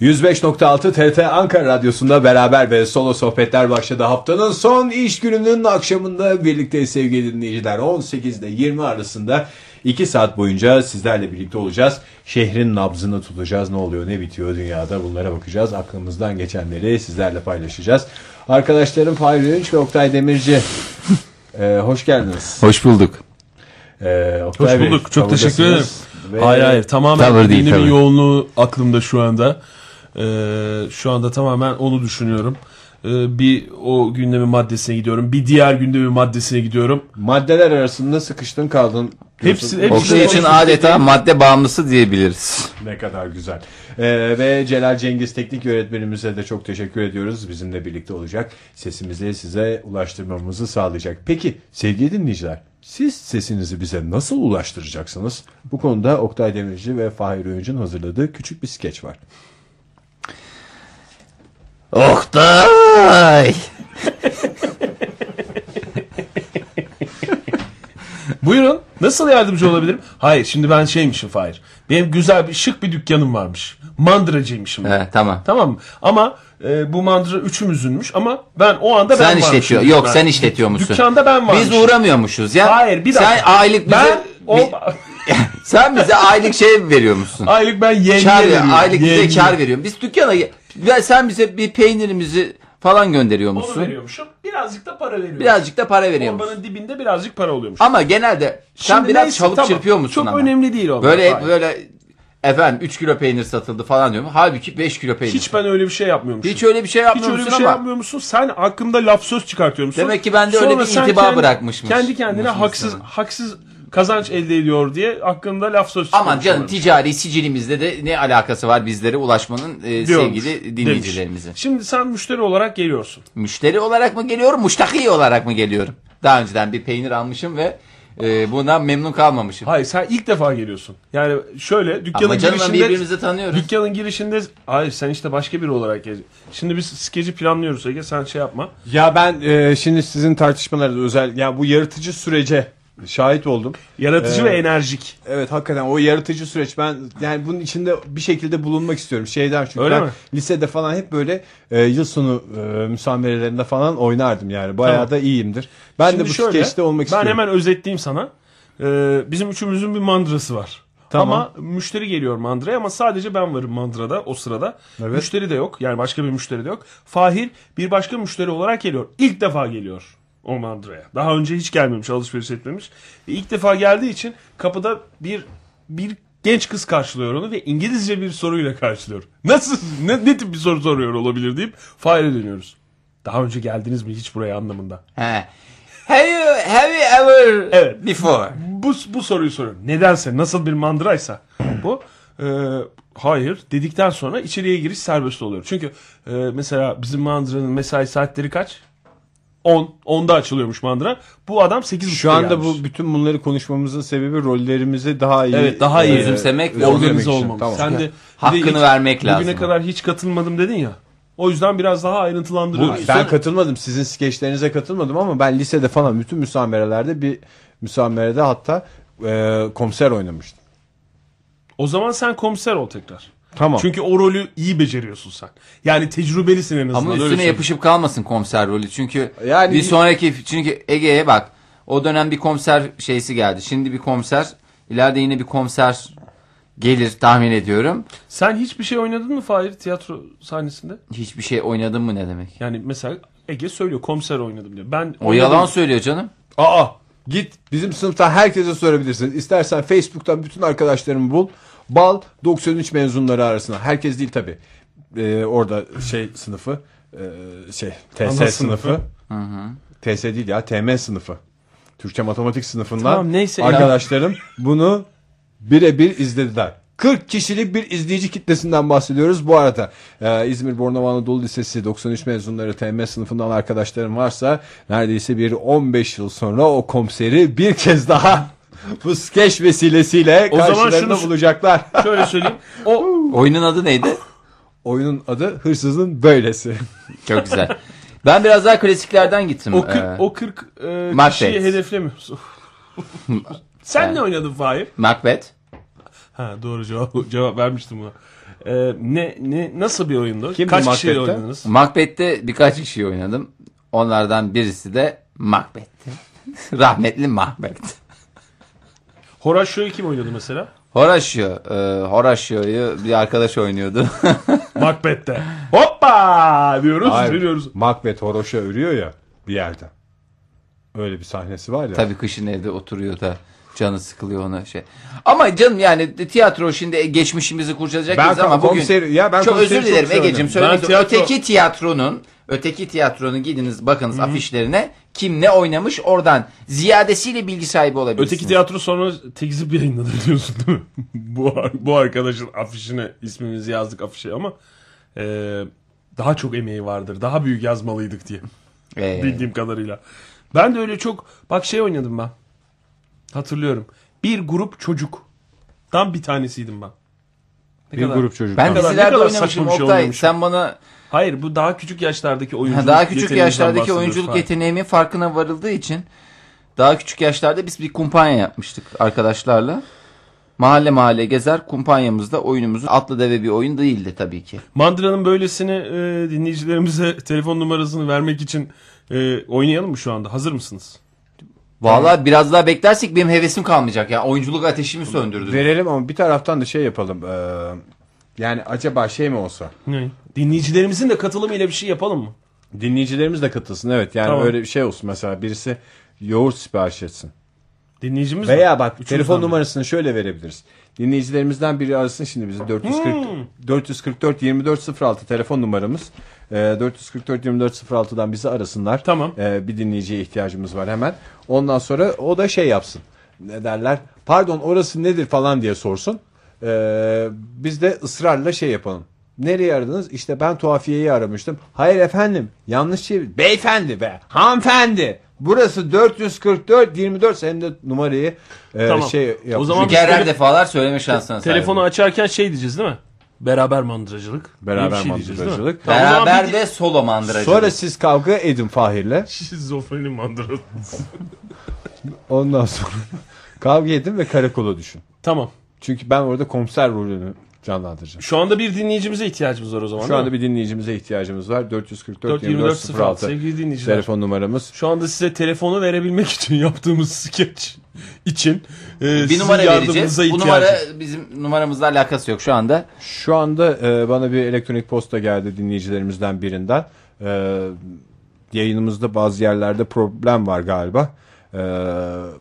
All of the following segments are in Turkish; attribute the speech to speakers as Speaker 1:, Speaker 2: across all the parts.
Speaker 1: 105.6 TRT Ankara Radyosu'nda beraber ve solo sohbetler başladı. Haftanın son iş gününün akşamında birlikte sevgili dinleyiciler 18 ile 20 arasında 2 saat boyunca sizlerle birlikte olacağız. Şehrin nabzını tutacağız. Ne oluyor ne bitiyor dünyada bunlara bakacağız. Aklımızdan geçenleri sizlerle paylaşacağız. Arkadaşlarım Fahri Önç ve Oktay Demirci. Ee, hoş geldiniz.
Speaker 2: Hoş bulduk.
Speaker 1: Ee,
Speaker 3: Hoş
Speaker 1: Oktay Bey,
Speaker 3: bulduk. Çok teşekkür ederim.
Speaker 1: kamudasınız ve-
Speaker 3: Hayır hayır. Tamamen
Speaker 2: Tavır değil,
Speaker 3: gündemin
Speaker 2: tavır.
Speaker 3: yoğunluğu aklımda şu anda. Ee, şu anda tamamen onu düşünüyorum. Ee, bir o gündemi maddesine gidiyorum. Bir diğer gündemi maddesine gidiyorum.
Speaker 1: Maddeler arasında sıkıştın kaldın. diyorsun.
Speaker 3: Hepsi, hepsi
Speaker 2: Oktay şey için adeta madde bağımlısı diyebiliriz.
Speaker 1: Ne kadar güzel. Ee, ve Celal Cengiz teknik yönetmenimize de çok teşekkür ediyoruz. Bizimle birlikte olacak. Sesimizi size ulaştırmamızı sağlayacak. Peki sevgili dinleyiciler siz sesinizi bize nasıl ulaştıracaksınız? Bu konuda Oktay Demirci ve Fahir Öğüncü'nün hazırladığı küçük bir skeç var.
Speaker 2: Oktay!
Speaker 3: Buyurun. Nasıl yardımcı olabilirim? Hayır. Şimdi ben şeymişim Fahir. Benim güzel bir şık bir dükkanım varmış. Mandıracıymışım. ben.
Speaker 2: He, tamam.
Speaker 3: Tamam mı? Ama e, bu mandıra üçümüzünmüş ama ben o anda ben
Speaker 2: Sen
Speaker 3: varmışım.
Speaker 2: işletiyor. Yok
Speaker 3: Ben-
Speaker 2: sen işletiyor musun?
Speaker 3: Dükkanda ben varmışım.
Speaker 2: Biz uğramıyormuşuz ya.
Speaker 3: Hayır bir dakika.
Speaker 2: Sen aylık bize
Speaker 3: Ben o...
Speaker 2: bi- sen bize aylık şey veriyor musun?
Speaker 3: Aylık ben yenge
Speaker 2: Kar
Speaker 3: veriyorum.
Speaker 2: aylık
Speaker 3: Yenge.
Speaker 2: bize kar veriyor. Biz dükkana Ya sen bize bir peynirimizi falan gönderiyor
Speaker 3: Onu
Speaker 2: musun?
Speaker 3: veriyormuşum. Birazcık da para veriyorum.
Speaker 2: Birazcık da para veriyor musun?
Speaker 3: Orbanın dibinde birazcık para oluyormuş.
Speaker 2: Ama genelde sen
Speaker 3: Şimdi
Speaker 2: biraz
Speaker 3: neyse,
Speaker 2: çalıp
Speaker 3: tamam.
Speaker 2: çırpıyor musun
Speaker 3: Çok
Speaker 2: ama?
Speaker 3: önemli değil onlar.
Speaker 2: Böyle
Speaker 3: Hayır.
Speaker 2: böyle efendim 3 kilo peynir satıldı falan diyorum. Halbuki 5 kilo peynir.
Speaker 3: Hiç ben öyle bir şey yapmıyormuşum.
Speaker 2: Hiç öyle bir şey
Speaker 3: Hiç
Speaker 2: yapmıyor
Speaker 3: öyle bir
Speaker 2: musun
Speaker 3: şey
Speaker 2: ama
Speaker 3: yapmıyor musun? Sen hakkımda laf söz çıkartıyor musun?
Speaker 2: Demek ki bende öyle bir
Speaker 3: sen
Speaker 2: intiba
Speaker 3: kendi-
Speaker 2: bırakmışmış.
Speaker 3: Kendi kendine
Speaker 2: Musun
Speaker 3: haksız
Speaker 2: sana?
Speaker 3: haksız kazanç elde ediyor diye hakkında laf söz çıkartıyor.
Speaker 2: aman canım ticari sicilimizde de ne alakası var bizlere ulaşmanın e,
Speaker 3: Diyormuş,
Speaker 2: sevgili dinleyicilerimize.
Speaker 3: demiş. Şimdi sen müşteri olarak geliyorsun.
Speaker 2: Müşteri olarak mı geliyorum, müştaki olarak mı geliyorum? Daha önceden bir peynir almışım ve e, bundan memnun kalmamışım.
Speaker 3: Hayır sen ilk defa geliyorsun. Yani şöyle dükkanın
Speaker 2: Ama canım
Speaker 3: girişinde...
Speaker 2: birbirimizi tanıyoruz.
Speaker 3: Dükkanın girişinde hayır sen işte başka biri olarak gez. Şimdi biz skeci planlıyoruz Ege sen şey yapma.
Speaker 1: Ya ben e, şimdi sizin tartışmalarınız özel ya bu yaratıcı sürece şahit oldum.
Speaker 3: Yaratıcı
Speaker 1: Ee,
Speaker 3: ve enerjik.
Speaker 1: Evet hakikaten o yaratıcı süreç ben yani bunun içinde bir şekilde bulunmak istiyorum şeyden çünkü
Speaker 3: Öyle
Speaker 1: ben
Speaker 3: mi?
Speaker 1: lisede falan hep böyle e, yıl sonu e, müsamerelerinde falan oynardım yani bayağı
Speaker 3: Tamam.
Speaker 1: da iyiyimdir. Ben de bu skeçte olmak
Speaker 3: ben
Speaker 1: istiyorum.
Speaker 3: hemen özetleyeyim sana. Ee, bizim üçümüzün bir mandırası var.
Speaker 1: Tamam.
Speaker 3: Ama müşteri geliyor mandıraya ama sadece ben varım mandırada o sırada.
Speaker 1: Evet.
Speaker 3: Müşteri de yok. Yani başka bir müşteri de yok. Fahir bir başka müşteri olarak geliyor. İlk defa geliyor o mandıraya. Daha önce hiç gelmemiş, alışveriş etmemiş. Ve ilk defa geldiği için kapıda bir bir genç kız karşılıyor onu ve İngilizce bir soruyla karşılıyor. Nasıl ne, ne tip bir soru soruyor olabilir deyip Fahir'e dönüyoruz. Daha önce geldiniz mi hiç buraya anlamında.
Speaker 2: He. Have you, have you ever
Speaker 3: Evet.
Speaker 2: before?
Speaker 3: bu, bu soruyu soruyorum. Nedense nasıl bir mandıraysa bu. e, hayır dedikten sonra içeriye giriş serbest oluyor. Çünkü e, mesela bizim mandıranın mesai saatleri kaç? 10. 10'da açılıyormuş mandıra. Bu adam 8.30'da
Speaker 1: şu anda
Speaker 3: gelmiş.
Speaker 1: bu bütün bunları konuşmamızın sebebi rollerimizi daha iyi
Speaker 3: Evet, daha iyi
Speaker 2: özümsemek ve
Speaker 1: özümsemek
Speaker 3: organize
Speaker 1: için.
Speaker 3: olmamış.
Speaker 1: Tamam.
Speaker 3: Sen de, bir de
Speaker 2: Hakkını
Speaker 3: hiç-
Speaker 2: vermek
Speaker 3: bugüne
Speaker 2: lazım.
Speaker 3: kadar hiç katılmadım dedin ya. O yüzden biraz daha ayrıntılandırıyoruz.
Speaker 1: ben katılmadım sizin skeçlerinize katılmadım ama ben lisede falan bütün müsamerelerde bir müsamerede hatta e, komiser oynamıştım.
Speaker 3: O zaman sen komiser ol tekrar.
Speaker 1: Tamam.
Speaker 3: Çünkü o rolü iyi beceriyorsun sen. Yani tecrübelisin en azından.
Speaker 2: Ama
Speaker 3: öyle şey.
Speaker 2: üstüne
Speaker 3: söyleyeyim.
Speaker 2: yapışıp kalmasın komiser rolü. Çünkü
Speaker 1: Yani-
Speaker 2: bir sonraki çünkü Ege'ye bak. O dönem bir komiser şeysi geldi. Şimdi bir komiser, ileride yine bir komiser gelir tahmin ediyorum.
Speaker 3: Sen hiçbir şey oynadın mı Fahir tiyatro sahnesinde?
Speaker 2: Hiçbir şey oynadın mı ne demek?
Speaker 3: Yani mesela Ege söylüyor komiser oynadım diyor. Ben
Speaker 2: O yalan söylüyor canım.
Speaker 1: Aa git bizim sınıfta herkese sorabilirsin. İstersen Facebook'tan bütün arkadaşlarımı bul. Bal 93 mezunları arasına. Herkes değil tabi. orada şey sınıfı ee, şey TS
Speaker 3: Ana
Speaker 1: sınıfı.
Speaker 3: sınıfı.
Speaker 1: TS değil ya TM sınıfı. Türkçe matematik sınıfından
Speaker 3: Tamam, neyse.
Speaker 1: arkadaşlarım bunu birebir izlediler. 40 kişilik bir izleyici kitlesinden bahsediyoruz. Bu arada e, İzmir Bornova Anadolu Lisesi 93 mezunları TM sınıfından arkadaşlarım varsa neredeyse bir 15 yıl sonra o komiseri bir kez daha bu skeç vesilesiyle
Speaker 3: O zaman
Speaker 1: karşılarında
Speaker 3: şunu-
Speaker 1: bulacaklar.
Speaker 3: Şöyle söyleyeyim. O
Speaker 2: Oyunun adı neydi?
Speaker 1: Oyunun adı Hırsızın Böylesi.
Speaker 2: Çok güzel. Ben biraz daha klasiklerden gittim.
Speaker 3: o 40
Speaker 2: Ee,
Speaker 3: o 40 e,
Speaker 2: Macbeth.
Speaker 3: kişiyi hedeflemiyorsun. Sen ne oynadın Fahir?
Speaker 2: Macbeth.
Speaker 3: Ha doğru cevap cevap vermiştim buna. Ee, ne ne nasıl bir oyundu?
Speaker 1: Kimdi
Speaker 3: Kaç kişiyle
Speaker 1: Macbeth'te?
Speaker 3: oynadınız?
Speaker 2: Macbeth'te birkaç kişi oynadım. Onlardan birisi de Macbeth'ti. Rahmetli Macbeth.
Speaker 3: Horatio'yu kim oynuyordu mesela?
Speaker 2: Horatio. E, Horatio'yu bir arkadaş oynuyordu.
Speaker 3: Macbeth'te. Hoppa diyoruz,
Speaker 1: Hayır.
Speaker 3: veriyoruz.
Speaker 1: Macbeth Horoş'a örüyor ya bir yerde. Öyle bir sahnesi var ya.
Speaker 2: Tabii kışın evde oturuyor da canı sıkılıyor ona şey. Ama canım yani tiyatro şimdi e, geçmişimizi kurcalayacak
Speaker 1: Ben
Speaker 2: değiliz ama bugün
Speaker 1: komiseri- ya ben
Speaker 2: çok
Speaker 1: komiseri
Speaker 2: özür dilerim
Speaker 1: çok
Speaker 2: Ege'cim
Speaker 1: severim.
Speaker 2: söylemek
Speaker 3: Ben
Speaker 2: istiyorum.
Speaker 3: tiyatro-
Speaker 2: öteki tiyatronun öteki tiyatronun gidiniz bakınız afişlerine kim ne oynamış oradan ziyadesiyle bilgi sahibi olabilirsiniz.
Speaker 3: Öteki tiyatro sonra tekzip yayınladı diyorsun değil mi? bu, ar- bu arkadaşın afişine ismimizi yazdık afişe ama e, daha çok emeği vardır. Daha büyük yazmalıydık diye
Speaker 2: Ee,
Speaker 3: bildiğim kadarıyla. Ben de öyle çok bak şey oynadım ben. Hatırlıyorum. Bir grup çocuktan bir tanesiydim ben. Ne
Speaker 1: bir grup çocuk.
Speaker 2: ben
Speaker 1: var.
Speaker 3: kadar- ne
Speaker 2: dizilerde
Speaker 3: kadar
Speaker 2: oynamışım
Speaker 3: saçma bir şey
Speaker 2: Oktay.
Speaker 3: oynamışım.
Speaker 2: Sen bana
Speaker 3: Hayır bu daha küçük yaşlardaki oyunculuk
Speaker 2: daha küçük
Speaker 3: yeteneğimizden
Speaker 2: yaşlardaki
Speaker 3: bahsediyoruz
Speaker 2: oyunculuk
Speaker 3: falan.
Speaker 2: yeteneğimin farkına varıldığı için daha küçük yaşlarda biz bir kumpanya yapmıştık arkadaşlarla. Mahalle mahalle gezer kumpanyamızda oyunumuzun atlı deve bir oyun değildi tabii ki.
Speaker 3: Mandıra'nın böylesini e, dinleyicilerimize telefon numarasını vermek için e, oynayalım mı şu anda? Hazır mısınız?
Speaker 2: Vallahi biraz daha beklersek benim hevesim kalmayacak ya. Oyunculuk ateşimi söndürdü.
Speaker 1: Verelim ama bir taraftan da şey yapalım. eee, yani acaba şey mi olsa?
Speaker 3: Dinleyicilerimizin de katılımıyla bir şey yapalım mı?
Speaker 1: Dinleyicilerimiz de katılsın evet. Yani
Speaker 3: Tamam.
Speaker 1: öyle bir şey olsun mesela birisi yoğurt sipariş etsin.
Speaker 3: Dinleyicimiz
Speaker 1: Veya bak
Speaker 3: Üçümüzden
Speaker 1: telefon
Speaker 3: biri.
Speaker 1: numarasını şöyle verebiliriz. Dinleyicilerimizden biri arasın şimdi bizi 440 444 2406 telefon numaramız. Ee, 444 2406'dan bizi arasınlar.
Speaker 3: Tamam.
Speaker 1: Ee, bir dinleyiciye ihtiyacımız var hemen. Ondan sonra o da şey yapsın. Ne derler? Pardon orası nedir falan diye sorsun. Ee, biz de ısrarla şey yapalım. Nereye aradınız? İşte ben tuhafiyeyi aramıştım. Hayır efendim. Yanlış şey. Beyefendi be. Hanımefendi. Burası 444 24 hem de numarayı e,
Speaker 3: Tamam.
Speaker 1: şey
Speaker 3: O
Speaker 1: yapmış.
Speaker 3: zaman-
Speaker 2: Mükerrer
Speaker 3: Tele-
Speaker 2: defalar söyleme şansına sahip.
Speaker 3: Telefonu açarken şey diyeceğiz değil mi? Beraber mandıracılık.
Speaker 1: Beraber
Speaker 3: Diye bir şey
Speaker 1: mandıracılık.
Speaker 3: diyeceğiz değil mi? Tamam, o zaman
Speaker 2: Beraber
Speaker 3: bir-
Speaker 2: ve solo mandıracı.
Speaker 1: Sonra siz kavga edin Fahir'le.
Speaker 3: Şizofreni mandırası.
Speaker 1: Ondan sonra kavga edin ve karakola düşün.
Speaker 3: tamam.
Speaker 1: Çünkü ben orada komiser rolünü canlandıracağım.
Speaker 3: Şu anda bir dinleyicimize ihtiyacımız var o zaman.
Speaker 1: Şu anda
Speaker 3: bir
Speaker 1: bir dinleyicimize ihtiyacımız var. 444
Speaker 3: 2406
Speaker 1: 2406
Speaker 3: sevgili dinleyiciler.
Speaker 1: telefon numaramız.
Speaker 3: Şu anda size telefonu verebilmek için yaptığımız skeç için e,
Speaker 2: bir
Speaker 3: sizin
Speaker 2: numara vereceğiz.
Speaker 3: yardımınıza
Speaker 2: Bu
Speaker 3: ihtiyacımız
Speaker 2: numara bizim numaramızla alakası yok şu anda.
Speaker 1: Şu anda e, bana bir elektronik posta geldi dinleyicilerimizden birinden. E, yayınımızda bazı yerlerde problem var galiba. E,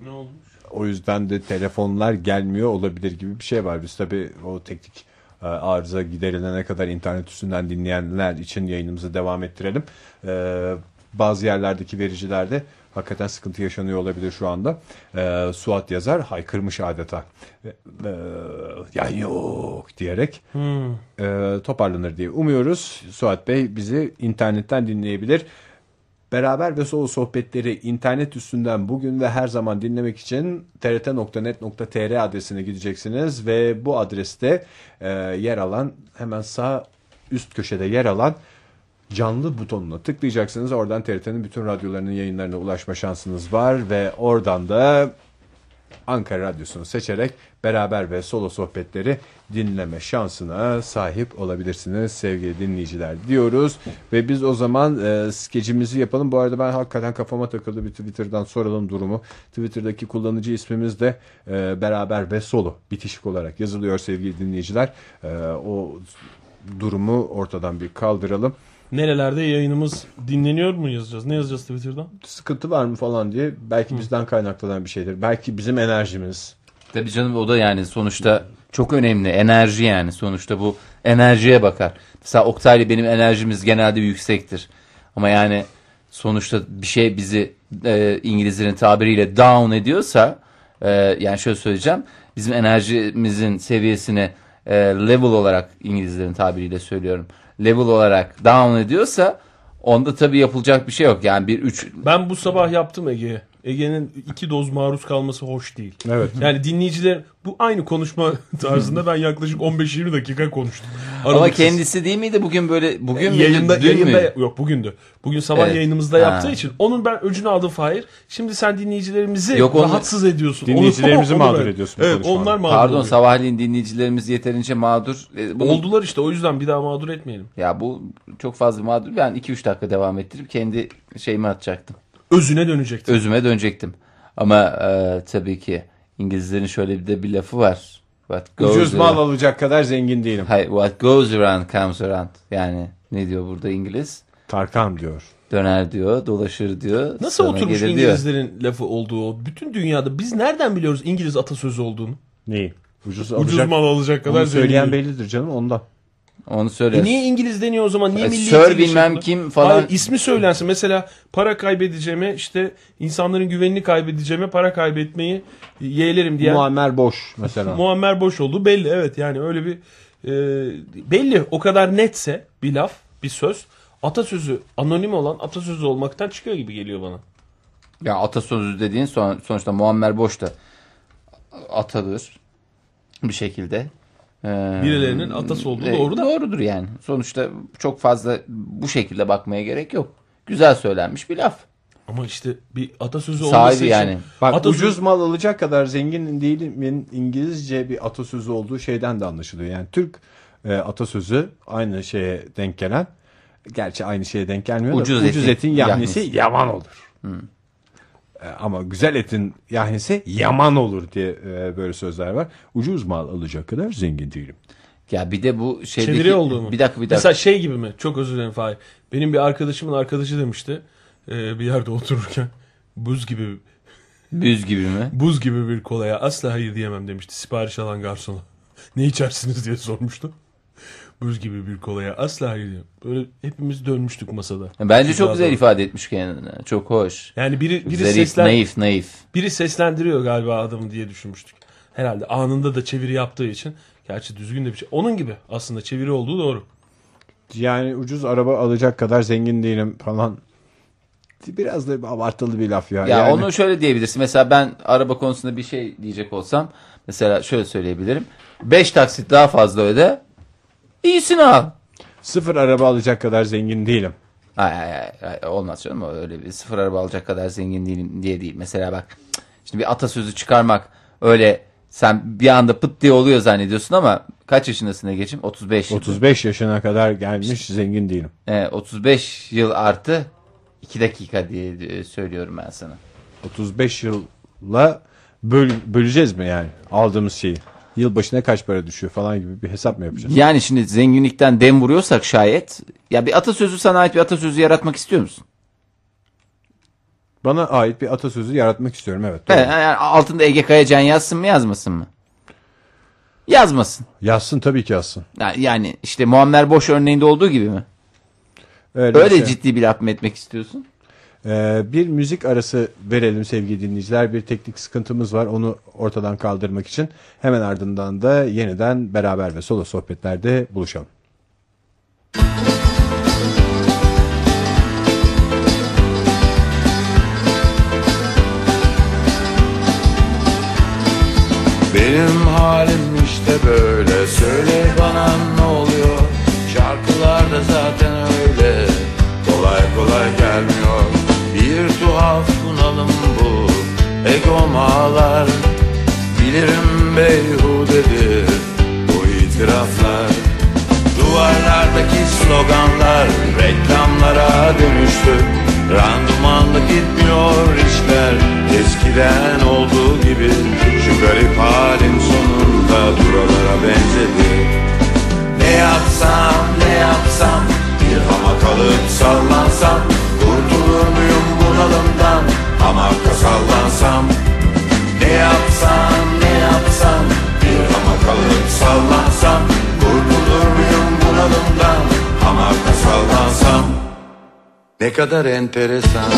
Speaker 3: Ne olmuş?
Speaker 1: o yüzden de telefonlar gelmiyor olabilir gibi bir şey var. Biz tabii o teknik e, arıza giderilene kadar internet üstünden dinleyenler için yayınımızı devam ettirelim. E, bazı yerlerdeki vericilerde hakikaten sıkıntı yaşanıyor olabilir şu anda. E, Suat yazar haykırmış adeta. E, e, yan yok diyerek
Speaker 3: Hmm.
Speaker 1: e, toparlanır diye umuyoruz. Suat Bey bizi internetten dinleyebilir. Beraber ve solo sohbetleri internet üstünden bugün ve her zaman dinlemek için trt.net.tr adresine gideceksiniz ve bu adreste e, yer alan hemen sağ üst köşede yer alan canlı butonuna tıklayacaksınız. Oradan TRT'nin bütün radyolarının yayınlarına ulaşma şansınız var ve oradan da Ankara Radyosu'nu seçerek beraber ve solo sohbetleri dinleme şansına sahip olabilirsiniz sevgili dinleyiciler diyoruz. Ve biz o zaman e, skecimizi yapalım. Bu arada ben hakikaten kafama takıldı bir Twitter'dan soralım durumu. Twitter'daki kullanıcı ismimiz de e, beraber ve solo bitişik olarak yazılıyor sevgili dinleyiciler. E, o durumu ortadan bir kaldıralım.
Speaker 3: Nerelerde yayınımız dinleniyor mu yazacağız? Ne yazacağız Twitter'dan?
Speaker 1: Sıkıntı var mı falan diye belki bizden kaynaklanan bir şeydir. Belki bizim enerjimiz.
Speaker 2: Tabii canım o da yani sonuçta çok önemli. Enerji yani sonuçta bu enerjiye bakar. Mesela Oktay'la benim enerjimiz genelde yüksektir. Ama yani sonuçta bir şey bizi e, İngilizlerin tabiriyle down ediyorsa e, yani şöyle söyleyeceğim. Bizim enerjimizin seviyesini e, level olarak İngilizlerin tabiriyle söylüyorum. Level olarak down ediyorsa onda tabii yapılacak bir şey yok. Yani bir üç
Speaker 3: Ben bu sabah yaptım Ege'ye. Ege'nin iki doz maruz kalması hoş değil.
Speaker 1: Evet.
Speaker 3: Yani dinleyiciler bu aynı konuşma tarzında ben yaklaşık 15-20 dakika konuştum.
Speaker 2: Ama
Speaker 3: aralıksız.
Speaker 2: kendisi değil miydi bugün böyle bugün mü?
Speaker 3: yayında,
Speaker 2: dün
Speaker 3: yayında
Speaker 2: mü?
Speaker 3: yok bugündü. Bugün sabah
Speaker 2: Evet.
Speaker 3: yayınımızda
Speaker 2: Ha.
Speaker 3: yaptığı için onun ben öcünü aldım Fahir. Şimdi sen dinleyicilerimizi
Speaker 2: Yok, onu-
Speaker 3: rahatsız ediyorsun.
Speaker 4: Dinleyicilerimizi
Speaker 3: Onu-
Speaker 4: mağdur
Speaker 3: böyle-
Speaker 4: ediyorsun bu
Speaker 3: Evet,
Speaker 4: konuşmanla.
Speaker 3: onlar mağdur.
Speaker 2: Pardon
Speaker 3: oluyor.
Speaker 2: sabahleyin dinleyicilerimiz yeterince mağdur. E, bunu-
Speaker 3: oldular işte o yüzden bir daha mağdur etmeyelim.
Speaker 2: Ya bu çok fazla mağdur. Ben 2-3 dakika devam ettirip kendi şeyimi atacaktım.
Speaker 3: Özüne dönecektir.
Speaker 2: Özüme dönecektim. Ama e, tabii ki İngilizlerin şöyle bir de bir lafı var. What goes
Speaker 1: Ucuz mal
Speaker 2: around-
Speaker 1: alacak kadar zengin değilim.
Speaker 2: Hayır, what goes around comes around. Yani ne diyor burada İngiliz?
Speaker 4: Tarkan diyor.
Speaker 2: Döner diyor, dolaşır diyor.
Speaker 3: Nasıl
Speaker 2: sana
Speaker 3: oturmuş
Speaker 2: gelir Diyor.
Speaker 3: İngilizlerin lafı olduğu? Bütün dünyada biz nereden biliyoruz İngiliz atasözü olduğunu?
Speaker 4: Neyi? Ucuz,
Speaker 3: Ucuz
Speaker 4: alacak.
Speaker 3: mal alacak
Speaker 4: Bunu
Speaker 3: kadar
Speaker 4: söyleyen
Speaker 3: zengin.
Speaker 4: bellidir canım ondan.
Speaker 2: Onu
Speaker 3: E
Speaker 2: söyle.
Speaker 3: niye İngiliz deniyor o zaman? Niye
Speaker 2: E,
Speaker 3: milli
Speaker 2: Sir
Speaker 3: eğitim
Speaker 2: bilmem
Speaker 3: yaşadın?
Speaker 2: kim falan.
Speaker 3: Hayır, ismi söylensin. Mesela para kaybedeceğime işte insanların güvenini kaybedeceğime para kaybetmeyi yeğlerim diyen
Speaker 1: Muammer boş mesela.
Speaker 3: Muammer boş oldu belli evet yani öyle bir e, belli o kadar netse bir laf bir söz atasözü anonim olan atasözü olmaktan çıkıyor gibi geliyor bana.
Speaker 2: Ya atasözü dediğin son, sonuçta Muammer Boş da atadır bir şekilde. Ee,
Speaker 3: Birilerinin atası olduğu
Speaker 2: e,
Speaker 3: doğru da.
Speaker 2: Doğrudur yani. Sonuçta çok fazla bu şekilde bakmaya gerek yok. Güzel söylenmiş bir laf.
Speaker 3: Ama işte bir atasözü
Speaker 2: Sahibi
Speaker 3: olması için
Speaker 2: yani.
Speaker 1: Bak
Speaker 3: atasözü-
Speaker 1: ucuz mal alacak kadar zengin değilimin İngilizce bir atasözü olduğu şeyden de anlaşılıyor. Yani Türk e, atasözü aynı şeye denk gelen. Gerçi aynı şeye denk gelmiyor
Speaker 2: Ucuz
Speaker 1: ucuz da ucuz
Speaker 2: etin
Speaker 1: etin yahnisi yaman olur. E, ama güzel etin yahnisi yaman olur diye e, böyle sözler var. Ucuz mal alacak kadar zengin değilim.
Speaker 2: Ya bir de bu şeydeki...
Speaker 3: Çeviri olduğu mu?
Speaker 2: Bir dakika bir dakika.
Speaker 3: Mesela şey gibi mi? Çok özür dilerim Fahir. Benim bir arkadaşımın arkadaşı demişti. e, bir yerde otururken buz gibi
Speaker 2: Büz gibi mi?
Speaker 3: buz gibi bir kolaya asla hayır diyemem demişti sipariş alan garsona. ne içersiniz diye sormuştu. Buz gibi bir kolaya asla hayır diyemem. Böyle hepimiz dönmüştük masada.
Speaker 2: Bence çok
Speaker 3: Güzel
Speaker 2: güzel
Speaker 3: adam.
Speaker 2: ifade etmiş kendini. Çok hoş.
Speaker 3: Yani biri biri
Speaker 2: Zarif,
Speaker 3: seslen
Speaker 2: naif, naif.
Speaker 3: biri seslendiriyor galiba adamı diye düşünmüştük. Herhalde anında da çeviri yaptığı için gerçi düzgün de bir şey. Onun gibi aslında çeviri olduğu doğru.
Speaker 1: Yani ucuz araba alacak kadar zengin değilim falan. Biraz da bir abartılı bir laf ya.
Speaker 2: Ya
Speaker 1: yani,
Speaker 2: onu şöyle diyebilirsin. Mesela ben araba konusunda bir şey diyecek olsam mesela şöyle söyleyebilirim. 5 taksit daha fazla öde. İyisini al.
Speaker 1: sıfır araba alacak kadar zengin değilim.
Speaker 2: Ay, ay, ay, ay, olmaz canım o öyle bir sıfır araba alacak kadar zengin değilim diye değil. Mesela bak cık, şimdi bir atasözü çıkarmak öyle sen bir anda pıt diye oluyor zannediyorsun ama kaç yaşındasın ne geçim? 35.
Speaker 1: 35 yaşına kadar gelmiş zengin değilim.
Speaker 2: Ee, 35 yıl artı 2 dakika diye e, söylüyorum ben sana.
Speaker 1: 35 yılla böl, böleceğiz mi yani aldığımız şeyi? Yıl başına kaç para düşüyor falan gibi bir hesap mı yapacağız?
Speaker 2: Yani şimdi zenginlikten dem vuruyorsak şayet ya bir atasözü sana ait bir atasözü yaratmak istiyor musun?
Speaker 1: Bana ait bir atasözü yaratmak istiyorum evet. doğru.
Speaker 2: Ben, E, yani altında Ege Kayacan yazsın mı yazmasın mı? Yazmasın.
Speaker 1: Yazsın tabii ki yazsın.
Speaker 2: Ya- Yani işte Muammer Boş örneğinde olduğu gibi mi?
Speaker 1: Öyle,
Speaker 2: Öyle
Speaker 1: şey.
Speaker 2: ciddi bir laf mı etmek istiyorsun?
Speaker 1: Ee, bir müzik arası verelim sevgili dinleyiciler. Bir teknik sıkıntımız var onu ortadan kaldırmak için. Hemen ardından da yeniden beraber ve solo sohbetlerde buluşalım.
Speaker 5: Benim halim işte böyle Söyle bana ne oluyor Şarkılar da zaten öyle Kolay kolay gelmiyor Bir tuhaf bunalım bu Egom ağlar Bilirim beyhudedir Bu itiraflar Duvarlardaki sloganlar reklamlara dönüştü Randımanlı gitmiyor işler eskiden olduğu gibi Şu garip halin sonunda buralara benzedi Ne yapsam ne yapsam bir hamak alıp sallansam Kurtulur muyum bunalımdan hamakta sallansam ne yapsam ne yapsam Bir hamak alıp sallansam Kurtulur muyum bunalımdan Hamakta sallansam Ne kadar enteresan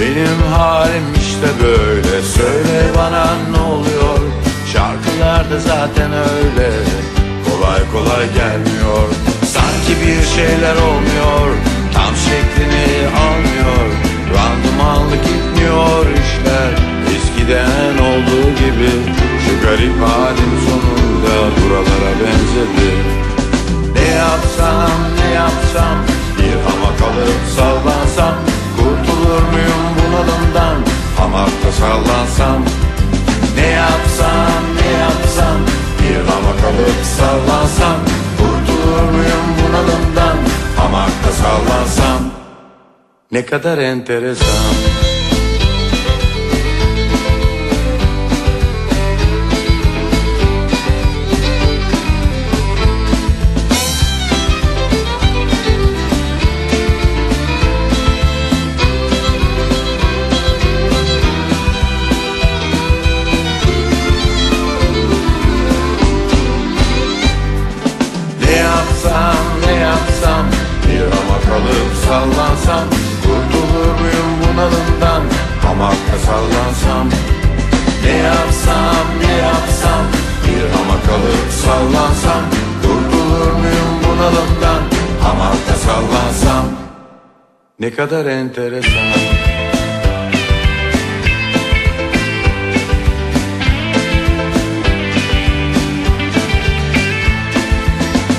Speaker 5: Benim halim işte böyle Söyle bana ne oluyor Şarkılar da zaten öyle Kolay kolay gelmiyor Sanki bir şeyler olmuyor Tam şeklini almıyor Randımanlı gitmiyor Garip halim sonunda buralara benzedi Ne yapsam ne yapsam Bir hama kalıp sallansam Kurtulur muyum bunalımdan Hamakta sallansam Ne yapsam ne yapsam Bir hama kalıp sallansam Kurtulur muyum bunalımdan Hamakta sallansam Ne kadar enteresan Ne yapsam ne yapsam Bir hamak kalıp sallansam Kurtulur muyum bunalımdan Hamakta sallansam Ne yapsam ne yapsam Bir hamak kalıp sallansam Kurtulur muyum bunalımdan Hamakta sallansam Ne kadar enteresan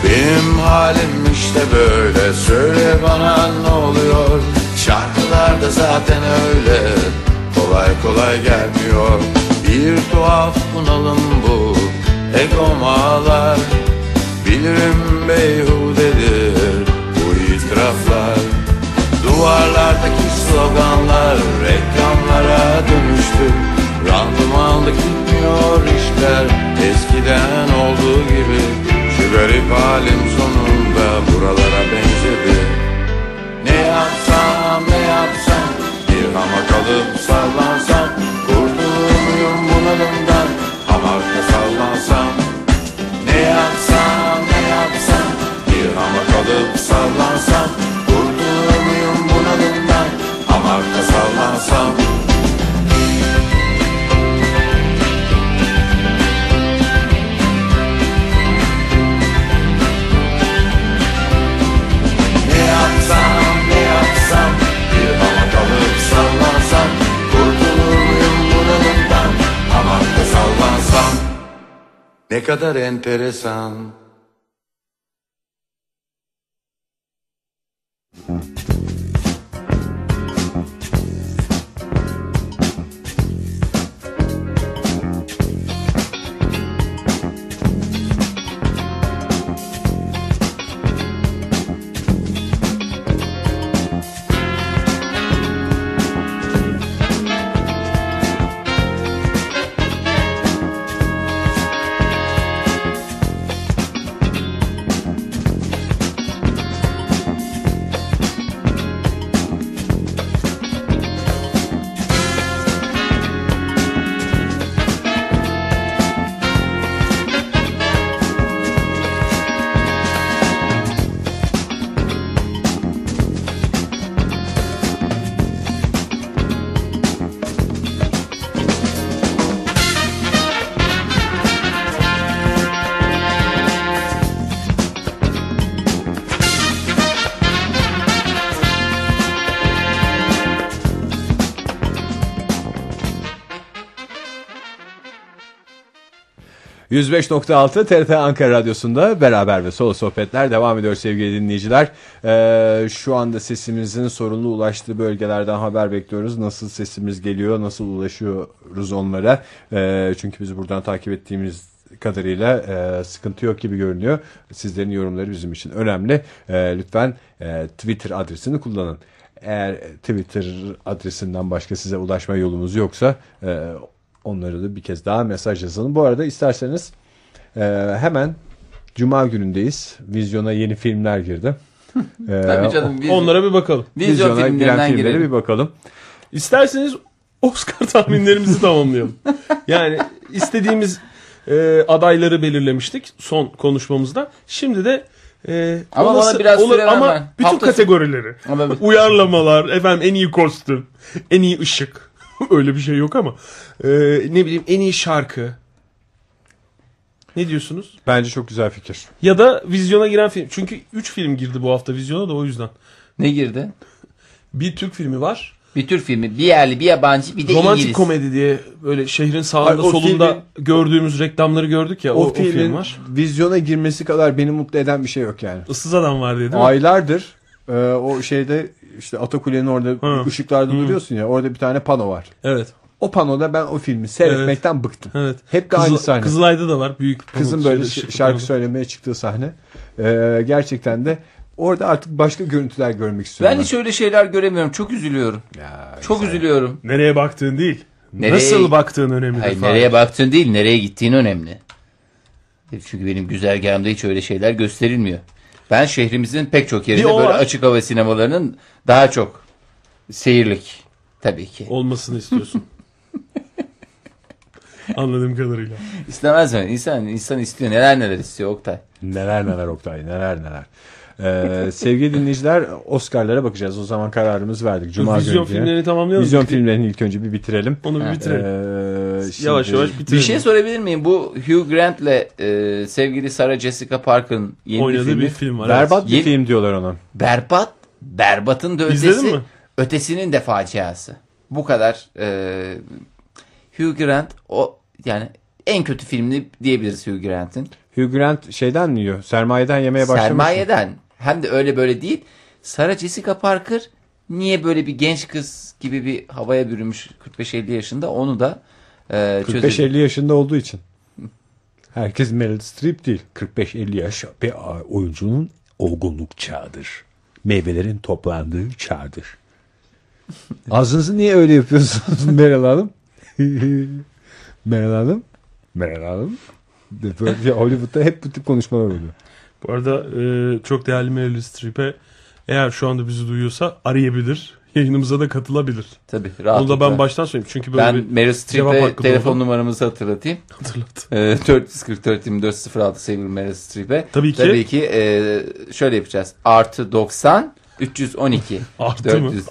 Speaker 5: Benim halim işte böyle Söyle bana ne oluyor Şarkılar da zaten öyle Kolay kolay gelmiyor Bir tuhaf bunalım bu Egom ağlar Bilirim beyhudedir Bu itiraflar Duvarlardaki sloganlar reklamlara dönüştü Randımanlı gitmiyor işler eskiden olduğu gibi Şu garip halim sonunda buralara benzedi Ne yapsam ne yapsam bir hama kalıp sallansam Kurtulur muyum bunalımdan hamakta sallansam ne yapsam ne yapsam Bir hama kalıp sallansam Kurtulur muyum bunalımdan Hamarda sallansam Ne yapsam ne yapsam Bir hama kalıp sallansam Kurtulur muyum bunalımdan Hamarda sallansam Ne kadar enteresan
Speaker 1: Ee, 105.6 TRT Ankara Radyosu'nda beraber ve solo sohbetler devam ediyor sevgili dinleyiciler. Ee, şu anda sesimizin sorunlu ulaştığı bölgelerden haber bekliyoruz. Nasıl sesimiz geliyor, nasıl ulaşıyoruz onlara. Ee, çünkü biz buradan takip ettiğimiz kadarıyla e, sıkıntı yok gibi görünüyor. Sizlerin yorumları bizim için önemli. E, lütfen e, Twitter adresini kullanın. Eğer Twitter adresinden başka size ulaşma yolumuz yoksa e, onları da bir kez daha mesaj yazalım. Bu arada isterseniz e, hemen Cuma günündeyiz. Vizyona yeni filmler girdi. E,
Speaker 2: Tabii canım. Vizyon,
Speaker 6: Onlara bir bakalım.
Speaker 2: vizyon filmlerinden
Speaker 1: filmlere
Speaker 2: girelim.
Speaker 1: bir bakalım.
Speaker 6: İsterseniz Oscar tahminlerimizi tamamlayalım. Yani istediğimiz e, adayları belirlemiştik son konuşmamızda. Şimdi de e,
Speaker 2: Ama bana biraz süre ver
Speaker 6: ama
Speaker 2: ben.
Speaker 6: bütün
Speaker 2: Hafta sonu-
Speaker 6: kategorileri.
Speaker 2: Ama bir-
Speaker 6: Uyarlamalar, efendim en iyi kostüm, en iyi ışık. Öyle bir şey yok ama. E, ne bileyim en iyi şarkı. Ne diyorsunuz?
Speaker 1: Bence çok güzel fikir.
Speaker 6: Ya da vizyona giren film. Çünkü 3 film girdi bu hafta vizyona da o yüzden.
Speaker 2: Ne girdi?
Speaker 6: Bir Türk filmi var.
Speaker 2: Bir Türk filmi. Bir yerli, bir yabancı, bir de
Speaker 3: Romantik
Speaker 2: İngiliz.
Speaker 3: komedi diye böyle şehrin sağında
Speaker 1: Hayır, o
Speaker 3: solunda
Speaker 1: filmin-
Speaker 3: gördüğümüz reklamları gördük ya o,
Speaker 1: O,
Speaker 3: o
Speaker 1: filmin
Speaker 3: film var.
Speaker 1: vizyona girmesi kadar beni mutlu eden bir şey yok yani.
Speaker 3: Issız adam var dedi.
Speaker 1: Aylardır e, o şeyde işte Atakule'nin orada
Speaker 3: Ha.
Speaker 1: ışıklarda duruyorsun ya orada bir tane pano var.
Speaker 3: Evet.
Speaker 1: O panoda ben o filmi seyretmekten bıktım.
Speaker 3: Evet.
Speaker 1: Hep de aynı
Speaker 3: Kızıl-
Speaker 1: sahne.
Speaker 3: Kızılay'da da var büyük.
Speaker 1: Kızın böyle ş- şarkı söylemeye çıktığı sahne. E, gerçekten de orada artık başka görüntüler görmek istiyorum.
Speaker 2: Ben hiç öyle şeyler göremiyorum. Çok üzülüyorum. Çok üzülüyorum.
Speaker 7: Nereye baktığın değil.
Speaker 2: Nereye-
Speaker 7: Nasıl baktığın önemli.
Speaker 2: Hayır, nereye baktığın değil, nereye gittiğin önemli. Çünkü benim güzergahımda hiç öyle şeyler gösterilmiyor. Ben şehrimizin pek çok yerinde
Speaker 7: Bir o
Speaker 2: böyle
Speaker 7: var.
Speaker 2: açık hava sinemalarının daha çok seyirlik tabii ki.
Speaker 3: olmasını istiyorsun. Anladığım kadarıyla.
Speaker 2: İstemez mi? İnsan, insan istiyor. Neler neler istiyor Oktay.
Speaker 1: Neler neler Oktay neler neler. Ee, sevgili dinleyiciler Oscar'lara bakacağız. O zaman kararımızı verdik. Cuma
Speaker 3: Vizyon
Speaker 1: günü. diye.
Speaker 3: filmlerini tamamlayalım.
Speaker 1: Vizyon filmlerini ilk önce bir bitirelim.
Speaker 3: Onu bir bitirelim.
Speaker 1: Ee, şimdi-
Speaker 3: yavaş yavaş bitirelim.
Speaker 2: Bir şey sorabilir miyim? Bu Hugh Grant'le e, sevgili Sarah Jessica Parker'ın yeni bir
Speaker 3: oynadığı
Speaker 2: filmi.
Speaker 3: bir film var.
Speaker 1: Berbat bir
Speaker 2: Yeni-
Speaker 1: film diyorlar ona.
Speaker 2: Berbat, berbatın da
Speaker 3: İzledin
Speaker 2: ötesi,
Speaker 3: mi?
Speaker 2: ötesinin de faciası. Bu kadar e, Hugh Grant o yani en kötü filmini diyebiliriz Hugh Grant'in.
Speaker 1: Hugh Grant şeyden mi yiyor? Sermayeden yemeye başlamış. mı?
Speaker 2: Sermayeden hem de öyle böyle değil. Sarah Jessica Parker niye böyle bir genç kız gibi bir havaya bürünmüş 45-50 yaşında onu da e, çözelim.
Speaker 1: 45-50 yaşında olduğu için. Herkes Meryl Streep değil. 45-50 yaş bir oyuncunun olgunluk çağıdır. Meyvelerin toplandığı çağdır. Ağzınızı niye öyle yapıyorsunuz Meral Hanım? Meral Hanım? Meral Hanım? Böyle Hollywood'da hep bu tip konuşmalar oluyor.
Speaker 3: Bu arada e, çok değerli Meryl Streep'e eğer şu anda bizi duyuyorsa arayabilir. Yayınımıza da katılabilir.
Speaker 2: Tabii
Speaker 3: Bunu da ben
Speaker 2: rahatlıkla.
Speaker 3: baştan söyleyeyim. Çünkü böyle
Speaker 2: Ben
Speaker 3: bir
Speaker 2: Meryl
Speaker 3: cevap
Speaker 2: Streep'e
Speaker 3: hakkı
Speaker 2: telefon
Speaker 3: doğdu.
Speaker 2: numaramızı hatırlatayım.
Speaker 3: hatırlat.
Speaker 2: E, 444 406 sevgili Meryl Streep'e.
Speaker 3: Tabii ki.
Speaker 2: Tabii ki e, şöyle yapacağız. Artı 90 312
Speaker 3: Artı mı?
Speaker 2: 400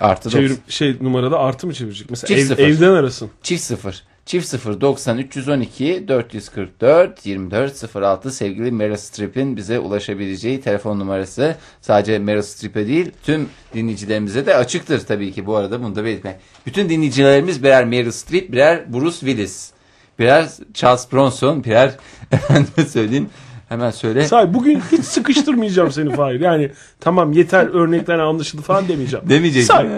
Speaker 2: artı 90.
Speaker 3: Çevir, şey numarada artı mı çevirecek? Mesela
Speaker 2: Çift
Speaker 3: ev-
Speaker 2: sıfır.
Speaker 3: evden arasın.
Speaker 2: Çift 0 çift 0 90 312 444 24 06 sevgili Meryl Streep'in bize ulaşabileceği telefon numarası. Sadece Meryl Streep'e değil tüm dinleyicilerimize de açıktır tabii ki bu arada bunu da belirtmek. Bütün dinleyicilerimiz birer Meryl Streep, birer Bruce Willis, birer Charles Bronson, birer efendim söyleyeyim hemen söyle.
Speaker 3: Say bugün hiç sıkıştırmayacağım seni Fahir. Yani tamam yeter örnekler anlaşıldı falan demeyeceğim.
Speaker 2: Demeyeceksin.
Speaker 3: Say,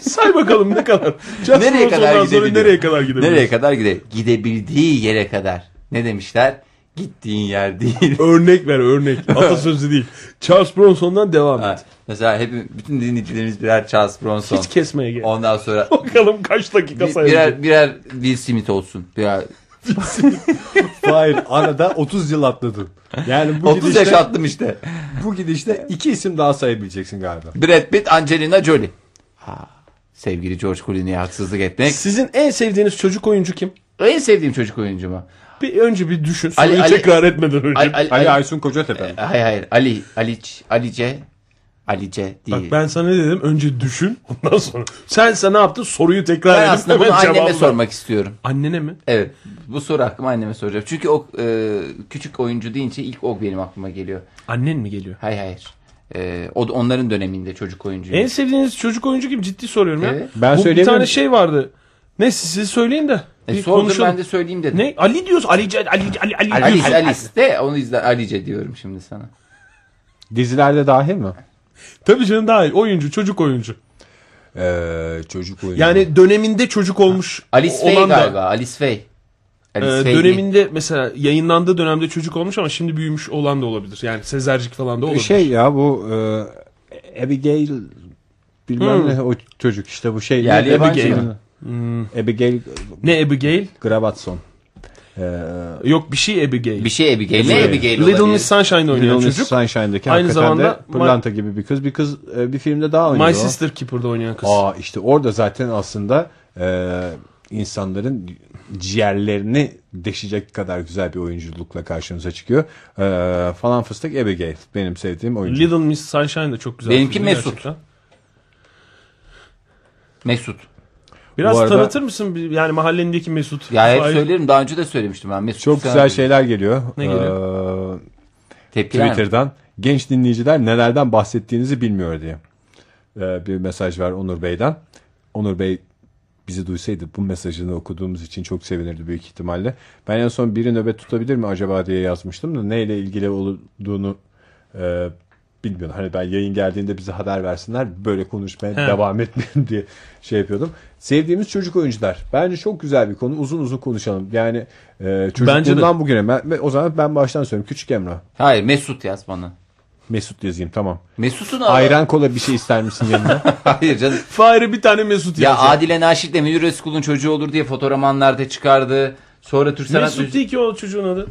Speaker 3: say bakalım ne kadar. Justin
Speaker 2: nereye kadar
Speaker 3: Rosen'dan sonra
Speaker 2: gidebilir?
Speaker 3: Nereye kadar gidebilir?
Speaker 2: Nereye kadar gide? Gidebildiği yere kadar. Ne demişler? Gittiğin yer değil.
Speaker 3: Örnek ver örnek. Atasözü değil. Charles Bronson'dan devam
Speaker 2: Ha,
Speaker 3: et.
Speaker 2: mesela hep bütün dinleyicilerimiz birer Charles Bronson.
Speaker 3: Hiç kesmeye gerek.
Speaker 2: Ondan sonra
Speaker 3: Bakalım kaç dakika
Speaker 2: bir- birer
Speaker 3: sayacak.
Speaker 2: birer Will Smith olsun. Birer,
Speaker 1: Hayır arada 30 yıl atladın. Yani bu
Speaker 2: 30
Speaker 1: gidişte,
Speaker 2: yaş attım işte.
Speaker 1: bu gidişte iki isim daha sayabileceksin galiba.
Speaker 2: Brad Pitt, Angelina Jolie. Ha, sevgili George Clooney'e haksızlık etmek.
Speaker 3: Sizin en sevdiğiniz çocuk oyuncu kim?
Speaker 2: En sevdiğim çocuk oyuncumu.
Speaker 3: Bir önce bir düşün.
Speaker 2: Ali-
Speaker 3: Soruyu
Speaker 2: Ali-
Speaker 3: tekrar etmeden önce.
Speaker 2: Ali, Ali,
Speaker 1: Ali
Speaker 2: Ali,
Speaker 1: Aysun Kocatepe. mi?
Speaker 2: hayır hayır. Ali, Aliç, Alice, Alice
Speaker 3: Bak
Speaker 2: değil.
Speaker 3: ben sana ne dedim? Önce düşün. Ondan sonra. Sen sen ne yaptın? Soruyu tekrar
Speaker 2: ben
Speaker 3: edip
Speaker 2: aslında
Speaker 3: hemen
Speaker 2: bunu anneme
Speaker 3: cevabı ver.
Speaker 2: sormak istiyorum.
Speaker 3: Annene mi?
Speaker 2: Evet. Bu soru hakkımı anneme soracağım. Çünkü o e, küçük oyuncu deyince ilk o benim aklıma geliyor.
Speaker 3: Annen mi geliyor?
Speaker 2: Hayır hayır. E, o da onların döneminde çocuk oyuncu.
Speaker 3: En sevdiğiniz çocuk oyuncu kim? Ciddi soruyorum ya.
Speaker 2: Evet.
Speaker 1: Ben
Speaker 3: Bu bir
Speaker 1: söyleyemiyorum.
Speaker 3: tane şey vardı. Neyse siz söyleyin de.
Speaker 2: E,
Speaker 3: bir
Speaker 2: sordum
Speaker 3: konuşalım.
Speaker 2: ben de söyleyeyim dedim.
Speaker 3: Ne? Ali diyorsun. Ali Ali Ali Ali, Ali,
Speaker 2: Ali,
Speaker 3: diyorsun.
Speaker 2: Alice de onu izle Alice diyorum şimdi sana.
Speaker 1: Dizilerde dahil mi?
Speaker 3: Tabii canım daha iyi. Oyuncu, çocuk oyuncu.
Speaker 1: Ee, çocuk oyuncu.
Speaker 3: Yani döneminde çocuk olmuş
Speaker 2: Alice
Speaker 3: olan
Speaker 2: Faye
Speaker 3: da,
Speaker 2: galiba. Alice Faye.
Speaker 3: e,
Speaker 2: Alice Faye değil.
Speaker 3: döneminde mesela yayınlandığı dönemde çocuk olmuş ama şimdi büyümüş olan da olabilir. Yani Sezercik falan da olabilir.
Speaker 1: Şey ya bu e, Abigail
Speaker 3: Hmm.
Speaker 1: bilmem ne o çocuk işte bu şey.
Speaker 2: Yerli
Speaker 1: ne-
Speaker 2: yabancı
Speaker 1: Abigail.
Speaker 2: mı?
Speaker 1: Abigail
Speaker 3: Ne Abigail?
Speaker 1: Gravatson. Ee,
Speaker 3: Yok bir şey Abigail.
Speaker 2: bir şey Abigail. Ne Abigail
Speaker 3: Little
Speaker 2: olabilir?
Speaker 3: Miss Sunshine oynayan
Speaker 1: Little Miss
Speaker 3: çocuk.
Speaker 1: Sunshine'daki
Speaker 3: Aynı
Speaker 1: Aynı
Speaker 3: zamanda
Speaker 1: zamanda
Speaker 3: My-
Speaker 1: de pırlanta gibi bir kız. Bir kız e, bir filmde daha oynuyor.
Speaker 3: My Sister Keeper'da oynayan kız.
Speaker 1: Aa işte orada zaten aslında e, insanların ciğerlerini deşecek kadar güzel bir oyunculukla karşımıza çıkıyor. E, falan fıstık Abigail benim sevdiğim oyuncu.
Speaker 3: Little Miss Sunshine de çok güzel.
Speaker 2: Benimki
Speaker 3: filmdi
Speaker 2: Mesut.
Speaker 3: gerçekten.
Speaker 2: Mesut.
Speaker 3: Biraz
Speaker 1: Bu arada-
Speaker 3: tanıtır mısın? Bir- Yani mahallendeki Mesut.
Speaker 2: Ya hep
Speaker 3: Fahir.
Speaker 2: söylerim. Daha önce de söylemiştim ben. Mesut
Speaker 1: Çok
Speaker 2: sana
Speaker 1: güzel
Speaker 3: şey
Speaker 1: şeyler geliyor.
Speaker 3: Ne geliyor?
Speaker 1: E,
Speaker 2: Tepkiler mi?
Speaker 1: Twitter'dan genç e, dinleyiciler nelerden bahsettiğinizi bilmiyor diye. Ee, bir mesaj var Onur Bey'den. Onur Bey bizi duysaydı bu mesajını okuduğumuz için çok sevinirdi büyük ihtimalle. Ben en son biri nöbet tutabilir mi acaba diye yazmıştım da neyle ilgili olduğunu e, bilmiyorum. Hani ben yayın geldiğinde bize haber versinler böyle konuşmaya devam etmeyin diye şey yapıyordum. Sevdiğimiz çocuk oyuncular. Bence çok güzel bir konu. Uzun uzun konuşalım. Yani e, çocukluğundan bugüne. Ben- o zaman ben baştan söyleyeyim. Küçük Emrah.
Speaker 2: Hayır Mesut yaz bana.
Speaker 1: Mesut yazayım tamam.
Speaker 2: Mesut'un
Speaker 1: Ayran kola bir şey ister misin yanına?
Speaker 2: Hayır canım.
Speaker 8: Fahir'e bir tane Mesut
Speaker 2: Ya
Speaker 8: yazacak.
Speaker 2: Adile Naşit'le Münir Özkul'un çocuğu olur diye fotoğramanlarda çıkardı. Sonra Türk Sanat
Speaker 3: Mesut
Speaker 2: Müziği...
Speaker 3: değil ki o çocuğun adı.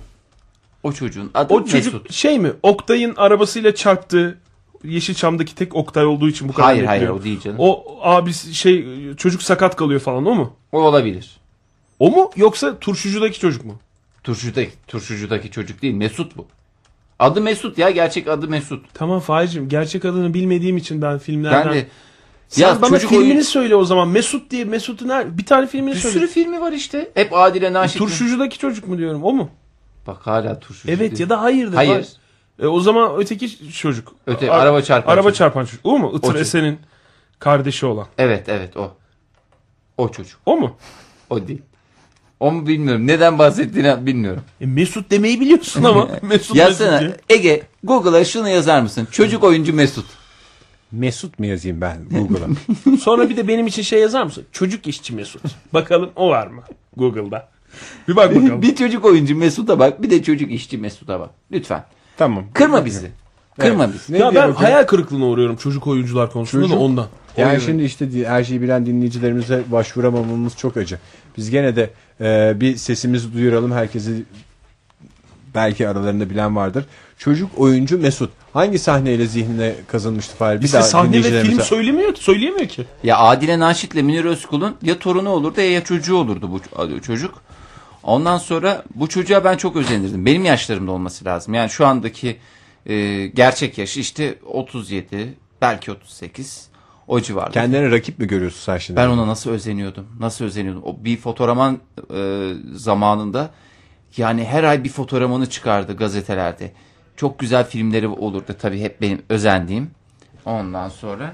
Speaker 2: O çocuğun adı
Speaker 3: O çocuk
Speaker 2: Mesut.
Speaker 3: şey mi? Oktay'ın arabasıyla çarptı. Yeşilçam'daki tek Oktay olduğu için bu kadar
Speaker 2: Hayır
Speaker 3: bekliyor.
Speaker 2: hayır o değil canım. O,
Speaker 3: O abisi şey çocuk sakat kalıyor falan o mu?
Speaker 2: olabilir.
Speaker 3: O mu yoksa turşucudaki çocuk mu?
Speaker 2: Turşudaki, turşucudaki çocuk değil Mesut bu. Adı Mesut ya gerçek adı Mesut.
Speaker 3: Tamam Fahir'cim gerçek adını bilmediğim için ben filmlerden...
Speaker 2: Ben de
Speaker 3: Sen
Speaker 2: Ya
Speaker 3: bana
Speaker 2: çocuk
Speaker 3: filmini
Speaker 2: oyun-
Speaker 3: söyle o zaman. Mesut diye Mesut'un her... bir tane filmini
Speaker 2: bir
Speaker 3: söyle.
Speaker 2: sürü filmi var işte. Hep Adile Naşit.
Speaker 3: Turşucudaki çocuk mu diyorum o mu?
Speaker 2: Bak hala turşucu.
Speaker 3: Evet
Speaker 2: değil.
Speaker 3: ya da hayır de.
Speaker 2: Hayır.
Speaker 3: E, o zaman öteki çocuk.
Speaker 2: Öte
Speaker 3: Ar-
Speaker 2: araba çarpan.
Speaker 3: araba
Speaker 2: çocuk.
Speaker 3: çarpan çocuk. O mu? Itır
Speaker 2: çocuk.
Speaker 3: Esen'in kardeşi olan.
Speaker 2: Evet evet o. O çocuk.
Speaker 3: O mu?
Speaker 2: O değil. O mu bilmiyorum. Neden bahsettiğini bilmiyorum.
Speaker 3: E, Mesut demeyi biliyorsun ama. Mesut Mesut
Speaker 2: Yazsana
Speaker 3: diye.
Speaker 2: Ege Google'a şunu yazar mısın? Çocuk oyuncu Mesut.
Speaker 1: Mesut mu yazayım ben Google'a?
Speaker 3: Sonra bir de benim için şey yazar mısın? Çocuk işçi Mesut. Bakalım o var mı? Google'da. Bir bak bakalım.
Speaker 2: bir çocuk oyuncu Mesut'a bak. Bir de çocuk işçi Mesut'a bak. Lütfen.
Speaker 1: tamam.
Speaker 2: Kırma bizi. Kırma bizi.
Speaker 1: Ne
Speaker 3: ya
Speaker 1: diye
Speaker 3: ben
Speaker 1: bakıyorum?
Speaker 3: hayal kırıklığına uğruyorum çocuk oyuncular konusunda da
Speaker 1: Çocuk-
Speaker 3: ondan.
Speaker 1: Yani şimdi işte di- her şeyi bilen dinleyicilerimize başvuramamamız çok acı. Biz gene de e, bir sesimizi duyuralım. Herkesi belki aralarında bilen vardır. Çocuk oyuncu Mesut. Hangi sahneyle zihnine kazınmıştı Fahir? Bir
Speaker 3: İşte sahne ve film
Speaker 1: dinleyicilerimize-
Speaker 3: söylemiyor ki, söyleyemiyor ki.
Speaker 2: Ya Adile Naşit'le Münir Özkul'un ya torunu olurdu ya çocuğu olurdu bu ç- e, çocuk. Ondan sonra bu çocuğa ben çok özenirdim. Benim yaşlarımda olması lazım. Yani şu andaki e, gerçek yaşı işte 37 belki 38 o civarda.
Speaker 1: Kendine rakip mi görüyorsun sen şimdi?
Speaker 2: Ben ona nasıl özeniyordum? Nasıl özeniyordum? O bir fotoğraman e, zamanında yani her ay bir fotoğramanı çıkardı gazetelerde. Çok güzel filmleri olurdu tabii hep benim özendiğim. Ondan sonra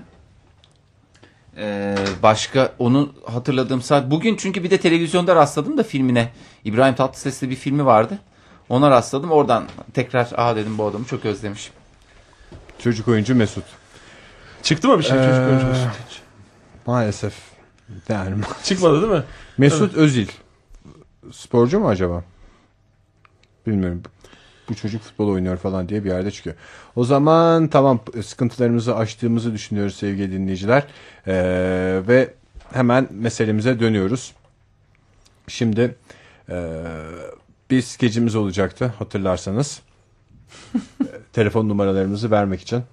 Speaker 2: e, başka onu hatırladığım saat bugün çünkü bir de televizyonda rastladım da filmine. İbrahim Tatlıses'li bir filmi vardı. Ona rastladım. Oradan tekrar aa dedim bu adamı çok özlemişim.
Speaker 1: Çocuk oyuncu Mesut.
Speaker 3: Çıktı mı bir şey çocuk
Speaker 1: Ee,
Speaker 3: oyuncu Mesut? hiç?
Speaker 1: Maalesef. Yani
Speaker 3: Çıkmadı değil mi?
Speaker 1: Mesut Özil sporcu mu acaba? Bilmiyorum. Bu çocuk futbol oynuyor falan diye bir yerde çıkıyor. O zaman tamam sıkıntılarımızı aştığımızı düşünüyoruz sevgili dinleyiciler. Ee, ve hemen meselemize dönüyoruz. Şimdi ee, bir skecimiz olacaktı hatırlarsanız. Ee, Telefon numaralarımızı vermek için.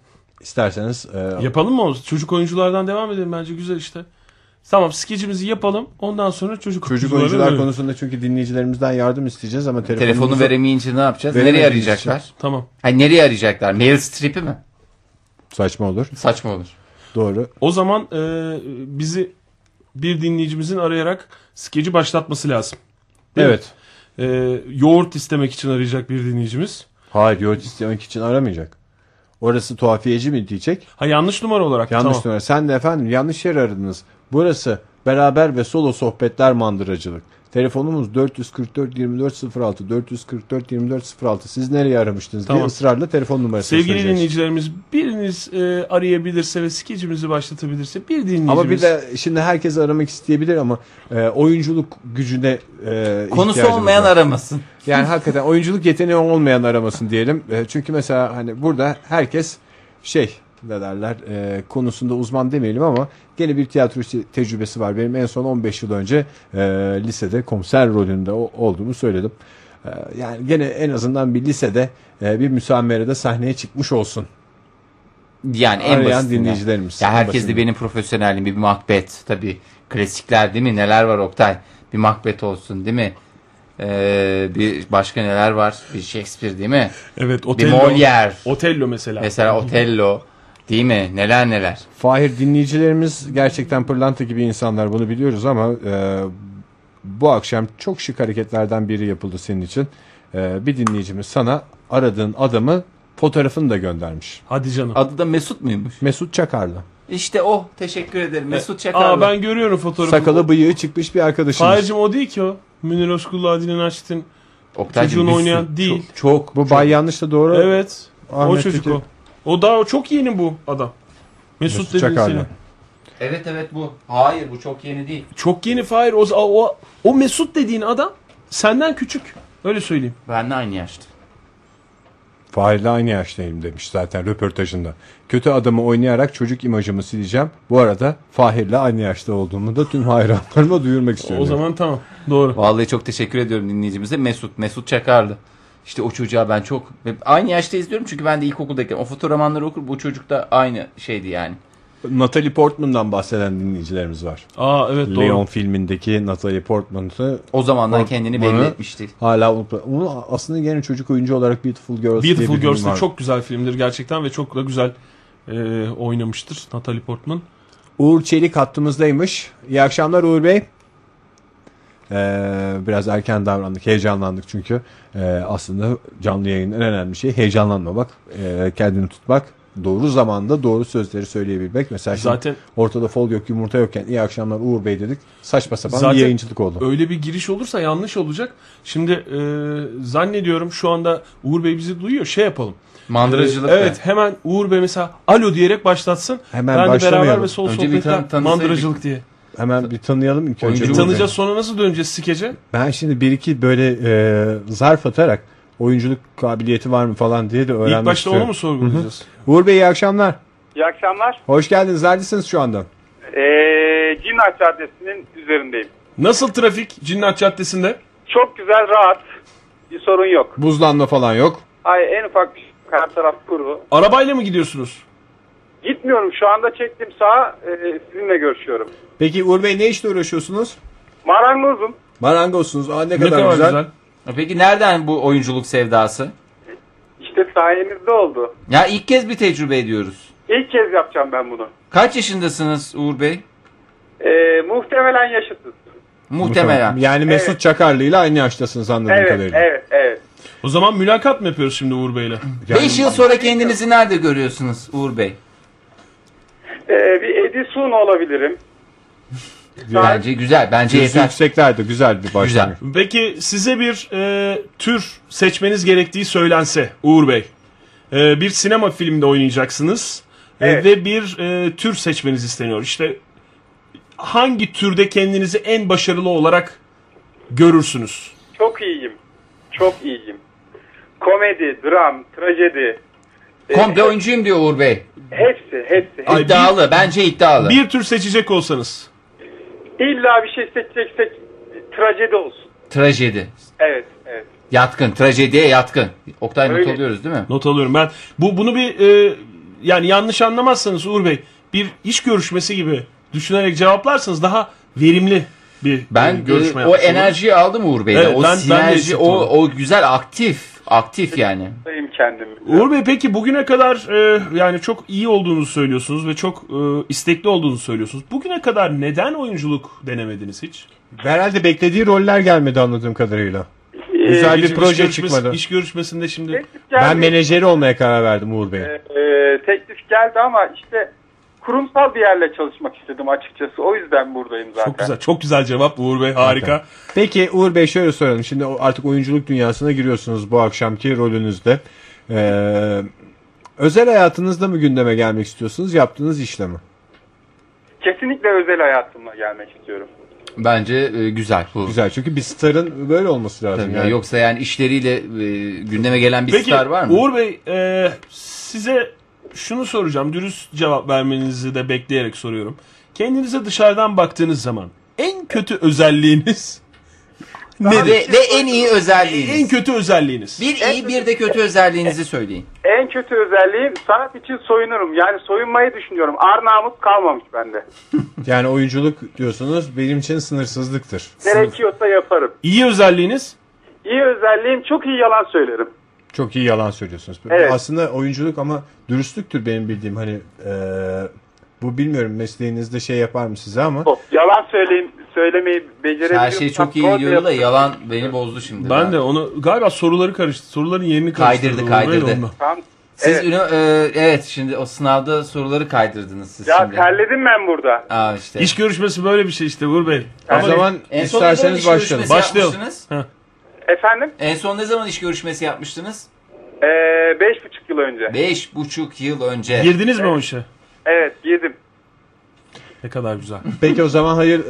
Speaker 1: İsterseniz ee,
Speaker 3: Yapalım mı o? Çocuk oyunculardan devam edelim bence güzel işte. Tamam skecimizi yapalım. Ondan sonra çocuk,
Speaker 1: çocuk
Speaker 3: oyuncularına
Speaker 1: oyuncular
Speaker 3: dönelim.
Speaker 1: konusunda çünkü dinleyicilerimizden yardım isteyeceğiz ama
Speaker 2: Telefonu
Speaker 1: telefonumuzu-
Speaker 2: veremeyince ne yapacağız? Nereye
Speaker 1: Veremediğimiz
Speaker 2: arayacaklar?
Speaker 3: Tamam.
Speaker 2: Hayır nereye arayacaklar? Meryl Streep'i mi?
Speaker 1: Saçma olur.
Speaker 2: Saçma olur.
Speaker 1: Doğru.
Speaker 3: O zaman e, bizi bir dinleyicimizin arayarak skeci başlatması lazım. Değil mi?
Speaker 1: evet.
Speaker 3: E, yoğurt istemek için arayacak bir dinleyicimiz.
Speaker 1: Hayır yoğurt istemek için aramayacak. Orası tuhafiyeci mi diyecek?
Speaker 3: Ha yanlış numara olarak.
Speaker 1: Yanlış
Speaker 3: tamam.
Speaker 1: numara. Sen de efendim yanlış yer aradınız. Burası beraber ve solo sohbetler mandıracılık. Telefonumuz 444 2406 444 2406. Siz nereye aramıştınız diye
Speaker 3: Tamam.
Speaker 1: ısrarla telefon numarası
Speaker 3: Sevgili dinleyicilerimiz biriniz e, arayabilirse ve skecimizi başlatabilirse bir dinleyicimiz.
Speaker 1: Ama bir de şimdi herkes aramak isteyebilir ama e, oyunculuk gücüne e,
Speaker 2: Konusu
Speaker 1: ihtiyacımız
Speaker 2: olmayan
Speaker 1: var.
Speaker 2: aramasın.
Speaker 1: Yani hakikaten oyunculuk yeteneği olmayan aramasın diyelim. E, Çünkü mesela hani burada herkes şey ne derler e, konusunda uzman demeyelim ama gene bir tiyatro te- tecrübesi var. Benim en son 15 yıl önce e, lisede komiser rolünde o- olduğumu söyledim. E, yani gene en azından bir lisede e, bir müsamerede sahneye çıkmış olsun.
Speaker 2: Yani en
Speaker 1: Arayan
Speaker 2: basitinden.
Speaker 1: dinleyicilerimiz.
Speaker 2: Ya
Speaker 1: En
Speaker 2: herkes de
Speaker 1: basitinden.
Speaker 2: benim profesyonelliğim bir Macbeth tabii. Klasikler değil mi? Neler var Oktay? Bir Macbeth olsun değil mi? Ee, bir başka neler var? Bir Shakespeare değil mi?
Speaker 3: Evet
Speaker 2: Bir
Speaker 3: Otello.
Speaker 2: Molière.
Speaker 3: Otello mesela.
Speaker 2: Mesela Otello. Değil mi? Neler neler.
Speaker 1: Fahir dinleyicilerimiz gerçekten pırlanta gibi insanlar bunu biliyoruz ama e, bu akşam çok şık hareketlerden biri yapıldı senin için. E, bir dinleyicimiz sana aradığın adamı fotoğrafını da göndermiş.
Speaker 3: Hadi canım.
Speaker 2: Adı da Mesut muymuş?
Speaker 1: Mesut Çakarlı.
Speaker 2: İşte o. Teşekkür ederim. Mesut Çakarlı.
Speaker 3: Aa ben görüyorum fotoğrafı.
Speaker 1: Sakalı bıyığı çıkmış bir arkadaşımız.
Speaker 3: Hayırcım o değil ki o. Münir Özkul'la Adile Naşit'in
Speaker 2: Oktay'cığım
Speaker 3: çocuğun
Speaker 2: biz-
Speaker 3: oynayan değil.
Speaker 2: Çok, çok
Speaker 1: Bu Bay Yanlış da doğru.
Speaker 3: Evet. o
Speaker 1: Ahmet
Speaker 3: çocuk
Speaker 1: Tekin.
Speaker 3: o. O daha çok yeni bu adam. Mesut,
Speaker 1: Mesut
Speaker 3: dediğin şey.
Speaker 1: Çakarlı.
Speaker 3: senin.
Speaker 2: Evet evet bu. Hayır bu çok yeni değil.
Speaker 3: Çok yeni Fahir. O, o, o Mesut dediğin adam senden küçük. Öyle söyleyeyim.
Speaker 2: Ben de aynı yaşta.
Speaker 1: Fahir'le aynı yaştayım demiş zaten röportajında. Kötü adamı oynayarak çocuk imajımı sileceğim. Bu arada Fahir'le aynı yaşta olduğumu da tüm hayranlarıma duyurmak istiyorum.
Speaker 3: O zaman tamam. Doğru.
Speaker 2: Vallahi çok teşekkür ediyorum dinleyicimize. Mesut, Mesut Çakarlı. İşte o çocuğa ben çok ve aynı yaşta izliyorum çünkü ben de ilkokuldayken o fotoğrafmanları okur bu çocuk da aynı şeydi yani.
Speaker 1: Natalie Portman'dan bahseden dinleyicilerimiz var.
Speaker 3: Aa evet doğru.
Speaker 1: Leon filmindeki Natalie Portman'ı
Speaker 2: O zamandan
Speaker 1: Or-
Speaker 2: kendini
Speaker 1: Bana-
Speaker 2: belli etmişti.
Speaker 1: hala unutma- Onu aslında gene çocuk oyuncu olarak Beautiful Girls diye
Speaker 3: Beautiful
Speaker 1: bir film
Speaker 3: Girls de
Speaker 1: var.
Speaker 3: çok güzel filmdir gerçekten ve çok da güzel e, oynamıştır Natalie Portman.
Speaker 1: Uğur Çelik hattımızdaymış. İyi akşamlar Uğur Bey. Ee, biraz erken davrandık, heyecanlandık çünkü. Ee, aslında canlı yayının en önemli şeyi heyecanlanmamak, ee, kendini tutmak, doğru zamanda doğru sözleri söyleyebilmek. Mesela şimdi
Speaker 3: Zaten-
Speaker 1: ortada fol yok, yumurta yokken iyi akşamlar Uğur Bey dedik. Saçma sapan
Speaker 3: Zaten-
Speaker 1: bir yayıncılık oldu.
Speaker 3: Öyle bir giriş olursa yanlış olacak. Şimdi e, zannediyorum şu anda Uğur Bey bizi duyuyor. Şey yapalım.
Speaker 2: Mandırıcılık da.
Speaker 3: Evet hemen Uğur Bey mesela alo diyerek başlatsın.
Speaker 1: Hemen
Speaker 3: ben de
Speaker 1: başlamayalım.
Speaker 3: beraber ve sol
Speaker 2: Önce bir tan-
Speaker 3: sohbetler
Speaker 2: tanısaydık.
Speaker 3: mandıracılık diye. E,
Speaker 1: Hemen bir tanıyalım ilk önce.
Speaker 2: Oyuncu
Speaker 1: Uğur
Speaker 2: mu?
Speaker 1: Bey'i.
Speaker 3: Tanıyacağız sonra nasıl döneceğiz skece?
Speaker 1: Ben şimdi bir iki böyle ee, zarf atarak oyunculuk kabiliyeti var mı falan diye de öğrenmek
Speaker 3: İlk başta
Speaker 1: istiyorum.
Speaker 3: onu mu sorgulayacağız?
Speaker 1: Uğur Bey iyi akşamlar.
Speaker 9: İyi akşamlar.
Speaker 1: Hoş geldiniz. Neredesiniz şu anda?
Speaker 9: Ee, Cinnah Caddesi'nin üzerindeyim.
Speaker 3: Nasıl trafik Cinnat Caddesi'nde?
Speaker 9: Çok güzel, rahat. Bir sorun yok.
Speaker 1: Buzlanma falan yok.
Speaker 9: Ay en ufak bir şey yok. her taraf kuru.
Speaker 3: Arabayla mı gidiyorsunuz?
Speaker 9: Gitmiyorum şu anda çektim sağa e, sizinle görüşüyorum.
Speaker 1: Peki Uğur Bey ne işle uğraşıyorsunuz?
Speaker 9: Marangozum.
Speaker 1: Marangozsunuz. Aa, ne,
Speaker 3: Ne kadar, güzel.
Speaker 2: E Peki nereden bu oyunculuk sevdası?
Speaker 9: İşte sayenizde oldu.
Speaker 2: Ya ilk kez bir tecrübe ediyoruz.
Speaker 9: İlk kez yapacağım ben bunu.
Speaker 2: Kaç yaşındasınız Uğur Bey?
Speaker 9: Ee, muhtemelen yaşıtız.
Speaker 2: Muhtemelen.
Speaker 1: Yani Mesut
Speaker 9: Evet.
Speaker 1: Çakarlı ile aynı yaştasınız anladığım
Speaker 9: Evet,
Speaker 1: kadarıyla.
Speaker 9: evet, evet.
Speaker 3: O zaman mülakat mı yapıyoruz şimdi Uğur Bey'le?
Speaker 2: 5 yıl sonra kendinizi nerede görüyorsunuz Uğur Bey?
Speaker 9: Ee, bir Edison olabilirim.
Speaker 2: Bence güzel. Bence
Speaker 1: Yüzü
Speaker 2: yeter.
Speaker 1: yükseklerde güzel bir başlangıç.
Speaker 2: Güzel.
Speaker 3: Peki size bir e, tür seçmeniz gerektiği söylense Uğur Bey. E, bir sinema filminde oynayacaksınız E,
Speaker 9: Evet.
Speaker 3: ve bir e, tür seçmeniz isteniyor. İşte hangi türde kendinizi en başarılı olarak görürsünüz?
Speaker 9: Çok iyiyim. Çok iyiyim. Komedi, dram, trajedi.
Speaker 2: Komple oyuncuyum diyor Uğur Bey.
Speaker 9: Hepsi, hepsi. hepsi.
Speaker 3: Ay,
Speaker 2: İddialı. Bence iddialı.
Speaker 3: Bir tür seçecek olsanız.
Speaker 9: İlla bir şey seçeceksek e, trajedi olsun.
Speaker 2: Trajedi.
Speaker 9: Evet, evet.
Speaker 2: Yatkın. Trajediye yatkın. Oktay not
Speaker 9: Öyle.
Speaker 2: alıyoruz değil mi?
Speaker 3: Not alıyorum ben. Bu bunu bir e, yani yanlış anlamazsanız Uğur Bey bir iş görüşmesi gibi düşünerek cevaplarsanız daha verimli bir e,
Speaker 2: Ben
Speaker 3: görüşme
Speaker 2: e, o
Speaker 3: yapmış oluruz.
Speaker 2: enerjiyi aldım Uğur Bey'den.
Speaker 3: Evet,
Speaker 2: o
Speaker 3: ben- ben de
Speaker 2: sinerji,
Speaker 3: hissettim
Speaker 2: o,
Speaker 3: onu.
Speaker 2: o güzel aktif. Aktif yani.
Speaker 9: Sayayım kendimi.
Speaker 3: Uğur Bey peki bugüne kadar e, yani çok iyi olduğunu söylüyorsunuz ve çok e, istekli olduğunu söylüyorsunuz. Bugüne kadar neden oyunculuk denemediniz hiç?
Speaker 1: Herhalde beklediği roller gelmedi anladığım kadarıyla. Güzel bir
Speaker 3: İş
Speaker 1: proje
Speaker 3: görüşmesi-
Speaker 1: çıkmadı.
Speaker 3: İş görüşmesinde şimdi
Speaker 9: Teklif
Speaker 1: Ben
Speaker 9: geldi.
Speaker 1: menajeri olmaya karar verdim Uğur Bey'e.
Speaker 9: Ee, teklif geldi ama işte kurumsal bir yerle çalışmak istedim açıkçası. O yüzden buradayım zaten.
Speaker 3: çok güzel çok güzel cevap Uğur Bey harika.
Speaker 1: Peki Uğur Bey şöyle soralım. Şimdi o- artık oyunculuk dünyasına giriyorsunuz bu akşamki rolünüzde. Ee, özel hayatınızda mı gündeme gelmek istiyorsunuz? Yaptığınız işle mi?
Speaker 9: Kesinlikle özel hayatımla gelmek istiyorum.
Speaker 2: Bence e, güzel. Bu.
Speaker 1: Güzel çünkü bir starın böyle olması lazım.
Speaker 2: Tabii ya,
Speaker 1: yani.
Speaker 2: Yoksa yani işleriyle e, gündeme gelen bir
Speaker 3: Peki
Speaker 2: star var mı?
Speaker 3: Uğur Bey e, size şunu soracağım dürüst cevap vermenizi de bekleyerek soruyorum. Kendinize dışarıdan baktığınız zaman en kötü özelliğiniz
Speaker 2: ve,
Speaker 3: nedir?
Speaker 2: ve en iyi özelliğiniz.
Speaker 3: En kötü özelliğiniz.
Speaker 2: bir iyi bir de kötü özelliğinizi söyleyin.
Speaker 9: En kötü özelliğim sanat için soyunurum. Yani soyunmayı düşünüyorum. Ar namus kalmamış bende.
Speaker 1: Yani oyunculuk diyorsunuz benim için sınırsızlıktır.
Speaker 9: Gerekiyorsa yaparım.
Speaker 3: İyi özelliğiniz
Speaker 9: İyi özelliğim çok iyi yalan söylerim.
Speaker 1: Çok iyi yalan söylüyorsunuz.
Speaker 9: Evet.
Speaker 1: Aslında oyunculuk ama dürüstlüktür benim bildiğim hani eee, bu bilmiyorum mesleğinizde şey yapar mı size ama
Speaker 9: O, Yalan söyleyeyim, söylemeyi becerebiliyorum.
Speaker 2: Her şey çok iyi
Speaker 9: Rol
Speaker 2: gidiyor da
Speaker 9: yaparım.
Speaker 2: yalan beni bozdu şimdi.
Speaker 3: Ben de onu galiba soruları karıştı. Soruların yerini
Speaker 2: Kaydırdı,
Speaker 3: karıştırdı. Uğur Bey de
Speaker 2: kaydırdı.
Speaker 3: ondan.
Speaker 9: Tam
Speaker 2: Siz
Speaker 9: Evet.
Speaker 2: evet. evet şimdi o sınavda soruları kaydırdınız siz
Speaker 9: Ya
Speaker 2: şimdi.
Speaker 9: terledim ben burada.
Speaker 2: Aa işte.
Speaker 3: İş görüşmesi böyle bir şey işte Uğur Bey.
Speaker 1: O zaman
Speaker 2: en son ne zaman iş
Speaker 1: isterseniz başlayalım.
Speaker 2: görüşmesi
Speaker 3: Başlayalım.
Speaker 2: yapmıştınız?
Speaker 9: Efendim?
Speaker 2: En son ne zaman iş görüşmesi yapmıştınız?
Speaker 9: Ee, beş buçuk yıl önce.
Speaker 2: Beş buçuk yıl önce.
Speaker 3: Girdiniz mi o işe?
Speaker 9: Evet girdim.
Speaker 3: Ne kadar güzel.
Speaker 1: Peki o zaman hayır e,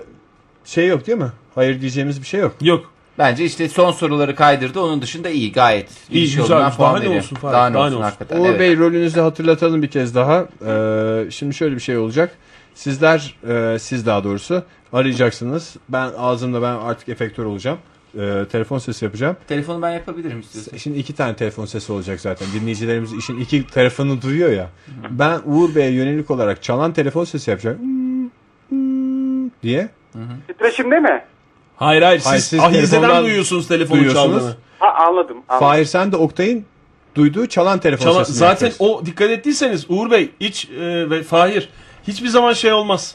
Speaker 1: e, şey yok değil mi? Hayır diyeceğimiz bir şey yok.
Speaker 3: Yok.
Speaker 2: Bence işte son soruları kaydırdı. Onun dışında iyi gayet.
Speaker 3: İyi,
Speaker 2: iş
Speaker 3: güzel,
Speaker 2: yolundan
Speaker 3: güzel.
Speaker 2: puan
Speaker 3: Daha ne
Speaker 2: veriyor.
Speaker 3: olsun Fahri,
Speaker 2: Daha ne
Speaker 3: daha ne
Speaker 2: olsun
Speaker 3: olsun.
Speaker 2: hakikaten.
Speaker 1: Uğur
Speaker 2: evet.
Speaker 1: Bey rolünüzü hatırlatalım bir kez daha. Ee, şimdi şöyle bir şey olacak. Sizler, e, siz daha doğrusu arayacaksınız. Ben ağzımda ben artık efektör olacağım. Ee, telefon sesi yapacağım.
Speaker 2: Telefonu ben yapabilirim istiyorsan.
Speaker 1: Şimdi iki tane telefon sesi olacak zaten. Dinleyicilerimiz işin iki tarafını duyuyor ya. Ben Uğur Bey'e yönelik olarak çalan telefon sesi yapacağım. Hmm, hmm diye
Speaker 9: Titreşimde mi?
Speaker 3: Hayır hayır
Speaker 1: Hayır,
Speaker 3: siz,
Speaker 1: siz telefondan
Speaker 3: ahizeden duyuyorsunuz telefonu
Speaker 1: duyuyorsunuz.
Speaker 3: çaldığını.
Speaker 9: Ha anladım. anladım.
Speaker 1: Fahir sen de Oktay'ın duyduğu çalan telefon
Speaker 3: Çala-
Speaker 1: sesini
Speaker 3: zaten
Speaker 1: yapacaksın.
Speaker 3: o dikkat ettiyseniz Uğur Bey iç e, ve Fahir hiçbir zaman şey olmaz.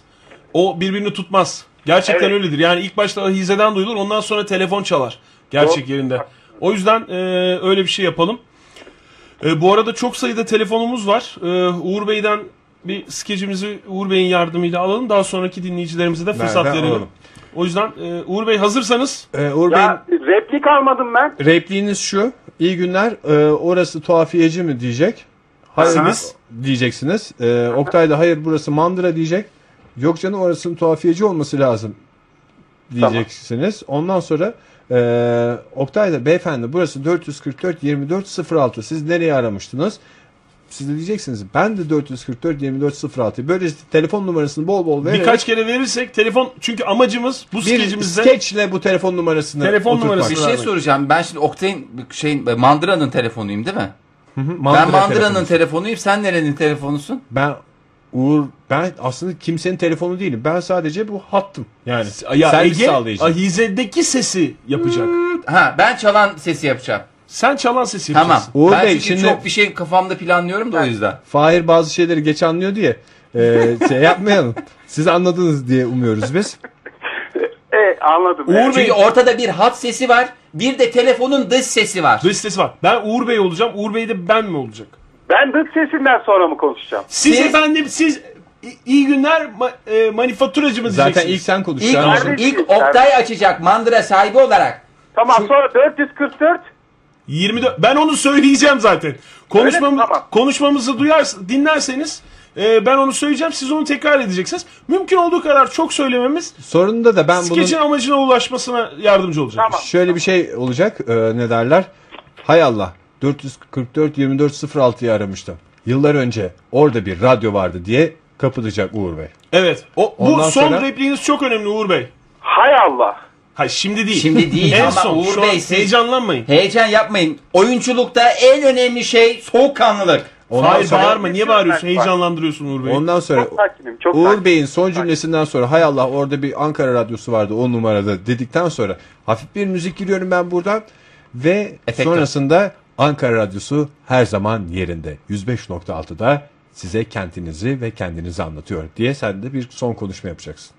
Speaker 3: O birbirini tutmaz. Gerçekten
Speaker 9: Evet.
Speaker 3: öyledir. Yani ilk başta ahizeden duyulur ondan sonra telefon çalar. Gerçek yerinde. O yüzden e, öyle bir şey yapalım. E, bu arada çok sayıda telefonumuz var. E, Uğur Bey'den bir skecimizi Uğur Bey'in yardımıyla alalım. Daha sonraki dinleyicilerimize de fırsat
Speaker 1: Nereden
Speaker 3: verelim.
Speaker 1: alalım?
Speaker 3: O yüzden e, Uğur Bey hazırsanız
Speaker 1: Ee, Uğur Bey'in
Speaker 9: Ya replik almadım ben.
Speaker 1: Repliğiniz şu. İyi günler. e, orası tuhafiyeci mi diyecek? Hayırınız diyeceksiniz. E, Oktay da hayır burası mandıra diyecek. Yok canım orasının tuhafiyeci olması lazım diyeceksiniz. Ondan sonra e, Oktay da beyefendi burası 444 24 06 siz nereye aramıştınız? Siz de diyeceksiniz ben de 444 24 06 böyle telefon numarasını bol bol vererek
Speaker 3: birkaç kere verirsek telefon çünkü amacımız bu
Speaker 1: bir
Speaker 3: skecimizde
Speaker 1: skeçle bu telefon numarasını
Speaker 3: Telefon
Speaker 1: oturtmak.
Speaker 3: numarası.
Speaker 2: Bir şey soracağım. Ben şimdi Oktay'ın şey Mandıra'nın telefonuyum değil mi?
Speaker 1: Mandıra
Speaker 2: ben Mandıra'nın
Speaker 1: telefonu.
Speaker 2: telefonuyum. Sen nerenin telefonusun?
Speaker 1: Ben Uğur ben aslında kimsenin telefonu değilim. Ben sadece bu hattım. Yani
Speaker 3: Ya
Speaker 1: servis
Speaker 3: Ege
Speaker 1: sağlayıcı.
Speaker 3: ahizedeki sesi yapacak.
Speaker 2: Ha ben çalan sesi yapacağım.
Speaker 3: Sen çalan sesi
Speaker 2: Tamam.
Speaker 3: yapacaksın.
Speaker 1: Uğur
Speaker 2: ben
Speaker 1: Bey,
Speaker 2: çünkü
Speaker 1: şimdi-
Speaker 2: çok bir şey kafamda planlıyorum da o yüzden.
Speaker 1: Fahir bazı şeyleri geç anlıyor diye e, şey yapmayalım. Siz anladınız diye umuyoruz biz.
Speaker 9: E, anladım.
Speaker 3: Uğur
Speaker 9: Evet.
Speaker 3: Bey-
Speaker 2: Çünkü ortada bir hat sesi var, bir de telefonun dış sesi var.
Speaker 3: Dış sesi var. Ben Uğur Bey olacağım. Uğur Bey de ben mi olacak?
Speaker 9: Ben dıt sesinden sonra mı konuşacağım?
Speaker 3: Siz,
Speaker 2: Siz-
Speaker 3: efendim siz i- iyi günler ma- e, manifaturacı mı
Speaker 1: Zaten ilk
Speaker 3: diyeceksiniz?
Speaker 1: sen
Speaker 2: İlk,
Speaker 1: konuşacaksın.
Speaker 9: Kardeşim,
Speaker 2: ilk Oktay açacak mandıra sahibi olarak.
Speaker 9: Tamam
Speaker 2: Şu-
Speaker 9: sonra 444
Speaker 3: 24 Ben onu söyleyeceğim zaten. Konuşmamı,
Speaker 9: Öyle mi? Tamam.
Speaker 3: Konuşmamızı duyar, dinlerseniz e, ben onu söyleyeceğim. Siz onu tekrar edeceksiniz. Mümkün olduğu kadar çok söylememiz
Speaker 1: Sorununda da ben bunun
Speaker 3: skeçin amacına ulaşmasına yardımcı olacak.
Speaker 9: Tamam.
Speaker 1: şöyle bir şey olacak. e, ne derler? Hay Allah. 444 24 06'yı aramıştım. Yıllar önce orada bir radyo vardı diye kapatacak Uğur Bey.
Speaker 3: Evet. O, bu
Speaker 1: Ondan
Speaker 3: son
Speaker 1: sonra-
Speaker 3: repliğiniz çok önemli Uğur Bey.
Speaker 9: hay Allah.
Speaker 3: Hayır şimdi değil.
Speaker 2: Şimdi değil
Speaker 3: en
Speaker 2: ama
Speaker 3: son.
Speaker 2: Uğur
Speaker 3: Şu an
Speaker 2: Bey siz-
Speaker 3: heyecanlanmayın.
Speaker 2: Heyecan yapmayın. Oyunculukta en önemli şey soğukkanlılık.
Speaker 1: Ondan
Speaker 3: Hayır
Speaker 1: sonra
Speaker 3: bağırma. Niye bağırıyorsun? Heyecanlandırıyorsun Uğur Bey'i.
Speaker 1: ondan sonra
Speaker 9: Çok sakinim. Çok
Speaker 1: Uğur
Speaker 9: sakinim.
Speaker 1: Bey'in son cümlesinden sonra hay Allah orada bir Ankara radyosu vardı o numarada dedikten sonra hafif bir müzik giriyorum ben buradan ve
Speaker 2: Efektör.
Speaker 1: sonrasında Ankara radyosu her zaman yerinde 105.6'da size kentinizi ve kendinizi anlatıyor diye sen de bir son konuşma yapacaksın.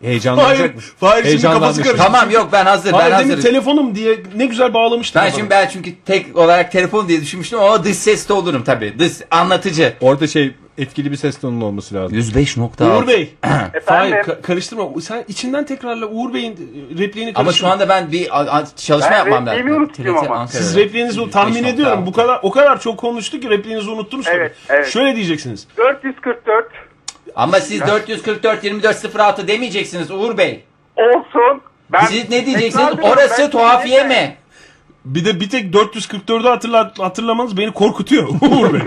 Speaker 3: Hayır,
Speaker 1: Heyecanlanacak mısın?
Speaker 3: Fahir şimdi kafası
Speaker 1: Heyecanlanmış.
Speaker 3: karıştı.
Speaker 2: Tamam yok ben hazır, ben
Speaker 3: Hayır demin
Speaker 2: hazırım.
Speaker 3: telefonum diye ne güzel bağlamıştım.
Speaker 2: ben
Speaker 3: adamı.
Speaker 2: şimdi ben çünkü tek olarak telefon diye düşünmüştüm ama dış ses de olurum tabii. Dış anlatıcı.
Speaker 1: Orada şey etkili bir ses tonunun olması lazım.
Speaker 2: 105.6.
Speaker 3: Uğur Bey. Fahir
Speaker 9: Efendim?
Speaker 3: ka- karıştırma. Sen içinden tekrarla Uğur Bey'in e, repliğini karıştırma.
Speaker 2: Ama şu anda ben bir a- a- çalışma
Speaker 9: Ben
Speaker 2: yapmam lazım.
Speaker 9: repliğimi unutuyorum
Speaker 2: TRT
Speaker 9: ama.
Speaker 2: Ankara.
Speaker 3: siz repliğinizi tahmin
Speaker 2: 105.6.
Speaker 3: ediyorum. Bu kadar o kadar çok konuştuk ki repliğinizi unuttunuz tabii.
Speaker 9: Evet, evet.
Speaker 3: Şöyle diyeceksiniz.
Speaker 9: 444
Speaker 2: Ama siz 444 2406 demeyeceksiniz Uğur Bey.
Speaker 9: olsun. Ben
Speaker 2: Siz ne diyeceksiniz?
Speaker 9: Tekrar ediyorum,
Speaker 2: Orası
Speaker 9: ben-
Speaker 2: tuhafiye mi?
Speaker 3: Bir de bir tek 444'ü hatırla, hatırlamanız beni korkutuyor Uğur Bey.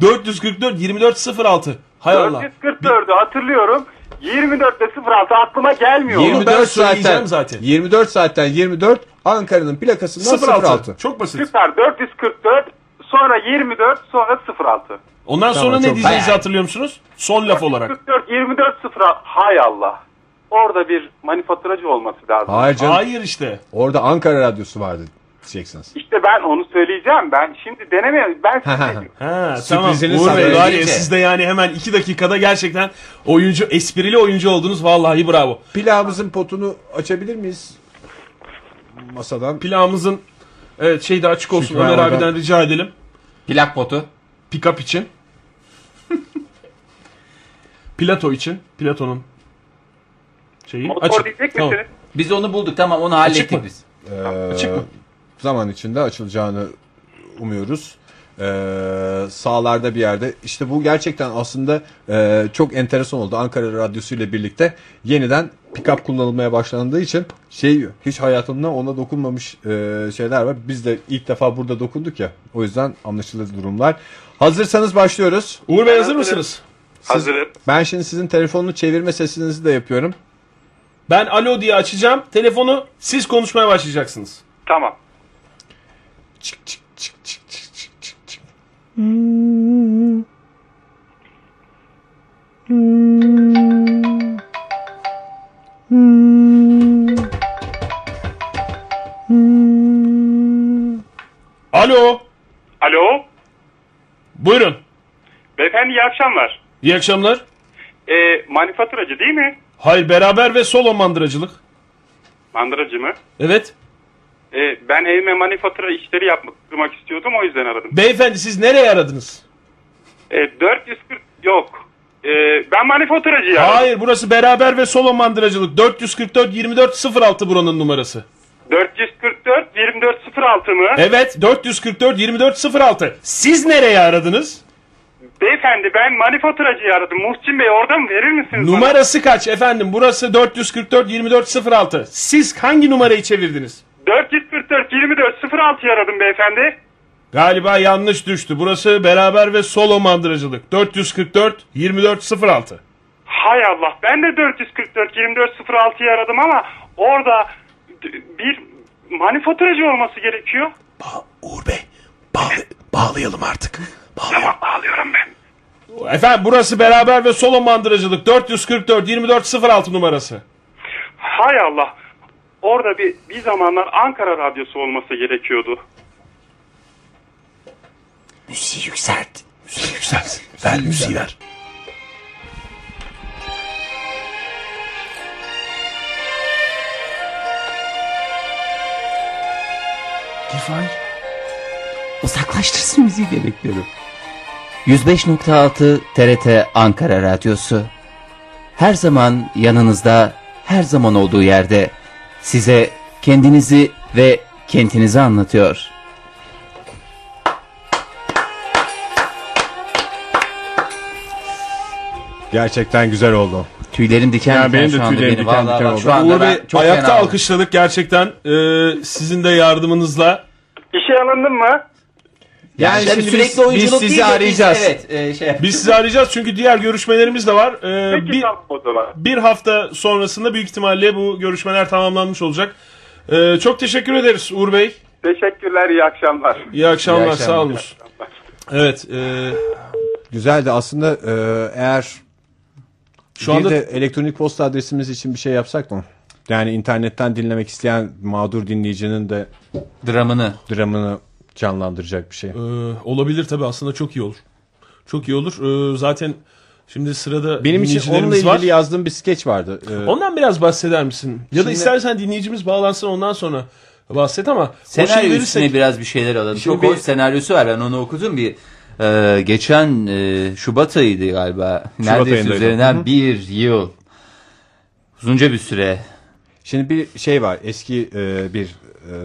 Speaker 3: 444 2406. Hay Allah.
Speaker 9: 444'ü hatırlıyorum. 24 ile 06 aklıma gelmiyor.
Speaker 3: Yirmi- Onu
Speaker 1: 24
Speaker 3: ben
Speaker 1: saatten
Speaker 3: söyleyeceğim zaten.
Speaker 1: 24 saatten 24 Ankara'nın plakasından
Speaker 3: 06.
Speaker 1: 06.
Speaker 3: Çok basit.
Speaker 9: Süper 444 sonra 24 sonra 06.
Speaker 3: Ondan sonra ne
Speaker 1: çok-
Speaker 3: diyeceğinizi
Speaker 2: Bayağı.
Speaker 3: hatırlıyor musunuz? Son laf olarak.
Speaker 9: 44 24 0 hay Allah. Orada bir manifaturacı olması lazım.
Speaker 1: Hayır canım.
Speaker 3: Hayır işte.
Speaker 1: Orada Ankara radyosu vardı diyeceksiniz.
Speaker 9: İşte ben onu söyleyeceğim. Ben şimdi denemeyeyim. Ben size
Speaker 1: ha.
Speaker 9: dedim.
Speaker 3: Ha, tamam.
Speaker 1: Sürprizini
Speaker 3: Uğur Bey,
Speaker 1: saklayan
Speaker 3: var ya,
Speaker 2: iyice.
Speaker 3: siz de yani hemen iki dakikada gerçekten oyuncu, esprili oyuncu oldunuz. Vallahi bravo.
Speaker 1: Pilavımızın potunu açabilir miyiz? Masadan.
Speaker 3: Pilavımızın evet şey de açık olsun.
Speaker 1: Çünkü ben
Speaker 3: Ömer
Speaker 1: oradan-
Speaker 3: abiden rica edelim.
Speaker 2: Plak potu.
Speaker 3: Pickup için. Plato için. Plato'nun şeyi.
Speaker 9: Motor
Speaker 3: Açık.
Speaker 9: diyecek
Speaker 3: Tamam.
Speaker 9: misiniz?
Speaker 2: Biz onu bulduk tamam onu hallettik
Speaker 3: mı?
Speaker 2: biz.
Speaker 3: Açık mı?
Speaker 1: zaman içinde açılacağını umuyoruz. Ee, sağlarda bir yerde. İşte bu gerçekten aslında e, çok enteresan oldu. Ankara Radyosu ile birlikte yeniden pick-up kullanılmaya başlandığı için şey hiç hayatımda ona dokunmamış e, şeyler var. Biz de ilk defa burada dokunduk ya. O yüzden anlaşılır durumlar. Hazırsanız başlıyoruz.
Speaker 3: Uğur Bey hazır mısınız?
Speaker 10: Hazırım.
Speaker 1: Ben şimdi sizin telefonunu çevirme sesinizi de yapıyorum.
Speaker 3: Ben alo diye açacağım. Telefonu siz konuşmaya başlayacaksınız.
Speaker 10: Tamam.
Speaker 3: Alo.
Speaker 10: Alo.
Speaker 3: Buyurun.
Speaker 10: Beyefendi iyi akşamlar.
Speaker 3: İyi akşamlar.
Speaker 10: Ee, manifaturacı değil mi?
Speaker 3: Hayır beraber ve solo mandıracılık.
Speaker 10: Mandıracı mı?
Speaker 3: Evet.
Speaker 10: Ee, ben evime manifatura işleri yapmak istiyordum o yüzden aradım.
Speaker 3: Beyefendi siz nereye aradınız?
Speaker 10: Ee, 440 yok. Ee, ben manifaturacıyım.
Speaker 3: Hayır burası beraber ve solo mandıracılık. 444 24 06 buranın numarası.
Speaker 10: 444 2406 mı?
Speaker 3: Evet 444 24 06. Siz nereye aradınız?
Speaker 10: Beyefendi ben manifaturacıyı aradım. Muhsin Bey orada mı verir misiniz bana?
Speaker 3: Numarası kaç efendim? Burası 444 24 06. Siz hangi numarayı çevirdiniz?
Speaker 10: 444 2406'yı aradım beyefendi.
Speaker 3: Galiba yanlış düştü. Burası beraber ve solo mandıracılık. 444 24 06.
Speaker 10: Hay Allah ben de 444 2406'yı aradım ama orada d- bir manifaturacı olması gerekiyor.
Speaker 3: Uğur Bey bağlayalım artık.
Speaker 10: Tamam bağlıyorum ben.
Speaker 3: Efendim burası beraber ve solo mandıracılık 444 2406 numarası.
Speaker 10: Hay Allah. Orada bir bir zamanlar Ankara Radyosu olması gerekiyordu.
Speaker 2: Uzaklaştırsın müziği diye bekliyorum. 105.6 TRT Ankara Radyosu. Her zaman yanınızda, her zaman olduğu yerde size kendinizi ve kentinizi anlatıyor.
Speaker 1: Gerçekten güzel oldu.
Speaker 2: Tüylerim diken
Speaker 3: Yani
Speaker 2: diken
Speaker 3: benim de
Speaker 2: şu anda.
Speaker 3: tüylerim
Speaker 2: beni.
Speaker 3: diken
Speaker 2: Vallahi
Speaker 3: diken
Speaker 2: bak,
Speaker 3: oldu.
Speaker 2: Şu anda
Speaker 3: Uğur
Speaker 2: ben
Speaker 3: Bey
Speaker 2: çok
Speaker 3: ayakta
Speaker 2: fena oldum.
Speaker 3: alkışladık gerçekten. Ee, sizin de yardımınızla.
Speaker 10: İşe alındın mı?
Speaker 1: Yani
Speaker 2: Tabii
Speaker 1: şimdi
Speaker 2: sürekli
Speaker 1: biz-
Speaker 2: oyunculuk
Speaker 1: biz
Speaker 2: değil de
Speaker 1: sizi arayacağız.
Speaker 2: evet, e, şey yap-
Speaker 3: Biz sizi arayacağız çünkü diğer görüşmelerimiz de var. Ee,
Speaker 10: Peki
Speaker 3: bir,
Speaker 10: tamam o zaman.
Speaker 3: bir hafta sonrasında büyük ihtimalle bu görüşmeler tamamlanmış olacak. Ee, çok teşekkür ederiz Uğur Bey.
Speaker 10: Teşekkürler iyi akşamlar.
Speaker 3: İyi akşamlar,
Speaker 2: İyi akşamlar.
Speaker 3: sağ olun. Evet e,
Speaker 1: Güzeldi aslında e, eğer
Speaker 3: şu anda
Speaker 1: Bir de elektronik posta adresimiz için bir şey yapsak mı? Yani internetten dinlemek isteyen mağdur dinleyicinin de
Speaker 2: dramını.
Speaker 1: dramını canlandıracak bir şey.
Speaker 3: Ee, olabilir tabii aslında çok iyi olur. Çok iyi olur. Ee, zaten şimdi sırada
Speaker 1: Benim için onunla
Speaker 3: dinleyicilerimiz
Speaker 1: ilgili
Speaker 3: var.
Speaker 1: yazdığım bir skeç vardı. Ee,
Speaker 3: Ondan biraz bahseder misin? Ya da istersen dinleyicimiz bağlansın ondan sonra bahset ama o şeyi
Speaker 2: Senaryo
Speaker 3: verirsek
Speaker 2: üstüne biraz bir şeyler alalım. Çok
Speaker 1: bir-
Speaker 2: hoş senaryosu var. Ben onu okudum bir e, geçen e, Şubat ayıydı galiba. Neredeyse
Speaker 1: ayındaydı.
Speaker 2: üzerinden bir yıl. Uzunca bir süre.
Speaker 1: Şimdi bir şey var. Eski e, bir e,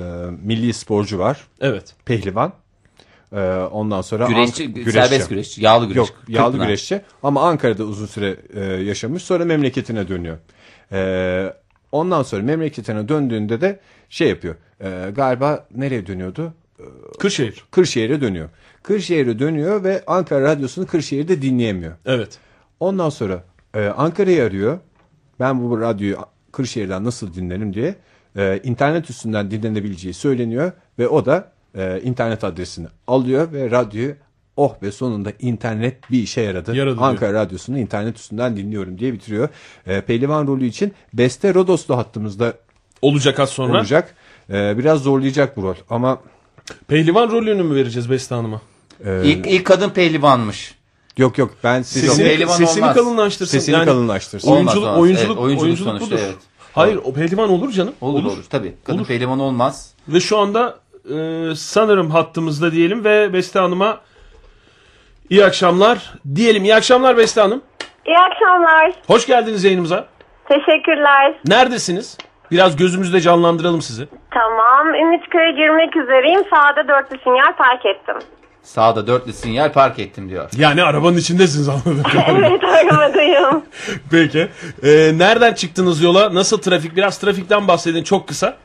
Speaker 1: milli sporcu var.
Speaker 3: evet.
Speaker 1: Pehlivan. E, ondan sonra
Speaker 2: Güreşçi,
Speaker 1: Ank-
Speaker 2: serbest güreşçi, yağlı güreşçi.
Speaker 1: Yok yağlı
Speaker 2: Kırkpınar.
Speaker 1: güreşçi ama Ankara'da uzun süre e, yaşamış sonra memleketine dönüyor. E, ondan sonra memleketine döndüğünde de şey yapıyor. E, galiba nereye dönüyordu?
Speaker 3: Kırşehir.
Speaker 1: Kırşehir'e dönüyor. Kırşehir'e dönüyor ve Ankara Radyosu'nu Kırşehir'de dinleyemiyor.
Speaker 3: Evet.
Speaker 1: Ondan sonra e, Ankara'yı arıyor. Ben bu radyoyu Kırşehir'den nasıl dinlerim diye e, internet üstünden dinlenebileceği söyleniyor ve o da e, internet adresini alıyor ve radyoyu oh ve sonunda internet bir işe yaradı.
Speaker 3: Yaradı diyor.
Speaker 1: Ankara Radyosu'nu internet üstünden dinliyorum diye bitiriyor. E, Pehlivan rolü için Beste Rodoslu hattımızda
Speaker 3: Olacak az sonra.
Speaker 1: olacak. E, biraz zorlayacak bu rol ama
Speaker 3: Pehlivan rolünü mü vereceğiz Beste Hanım'a?
Speaker 2: İlk, ilk kadın pehlivanmış.
Speaker 1: yok yok ben siz
Speaker 2: Yok,
Speaker 3: Sesini,
Speaker 2: pehlivan
Speaker 3: sesini
Speaker 2: olmaz.
Speaker 3: kalınlaştırsın.
Speaker 1: sesini
Speaker 3: yani
Speaker 1: kalınlaştırsın.
Speaker 2: Olmaz,
Speaker 3: Oyunculuk,
Speaker 2: olmaz.
Speaker 3: oyunculuk,
Speaker 2: Evet,
Speaker 3: oyunculuk,
Speaker 2: oyunculuk sonuçta,
Speaker 3: budur.
Speaker 2: evet.
Speaker 3: Hayır o pehlivan olur canım.
Speaker 2: Olur olur, tabii. Kadın pehlivan olmaz.
Speaker 3: Ve şu anda e, sanırım hattımızda diyelim ve Beste Hanım'a İyi akşamlar diyelim. İyi akşamlar Beste Hanım.
Speaker 11: İyi akşamlar.
Speaker 3: Hoş geldiniz yayınımıza.
Speaker 11: Teşekkürler.
Speaker 3: Neredesiniz? Biraz gözümüzde canlandıralım sizi.
Speaker 11: Tamam. Ümitköy'e girmek üzereyim. Sağda dörtlü sinyal park ettim.
Speaker 2: Sağda dörtlü sinyal park ettim diyor.
Speaker 3: Yani arabanın içindesiniz anladım.
Speaker 11: evet aramadayım.
Speaker 3: Peki. Ee, nereden çıktınız yola? Nasıl trafik? Biraz trafikten bahsedin çok kısa.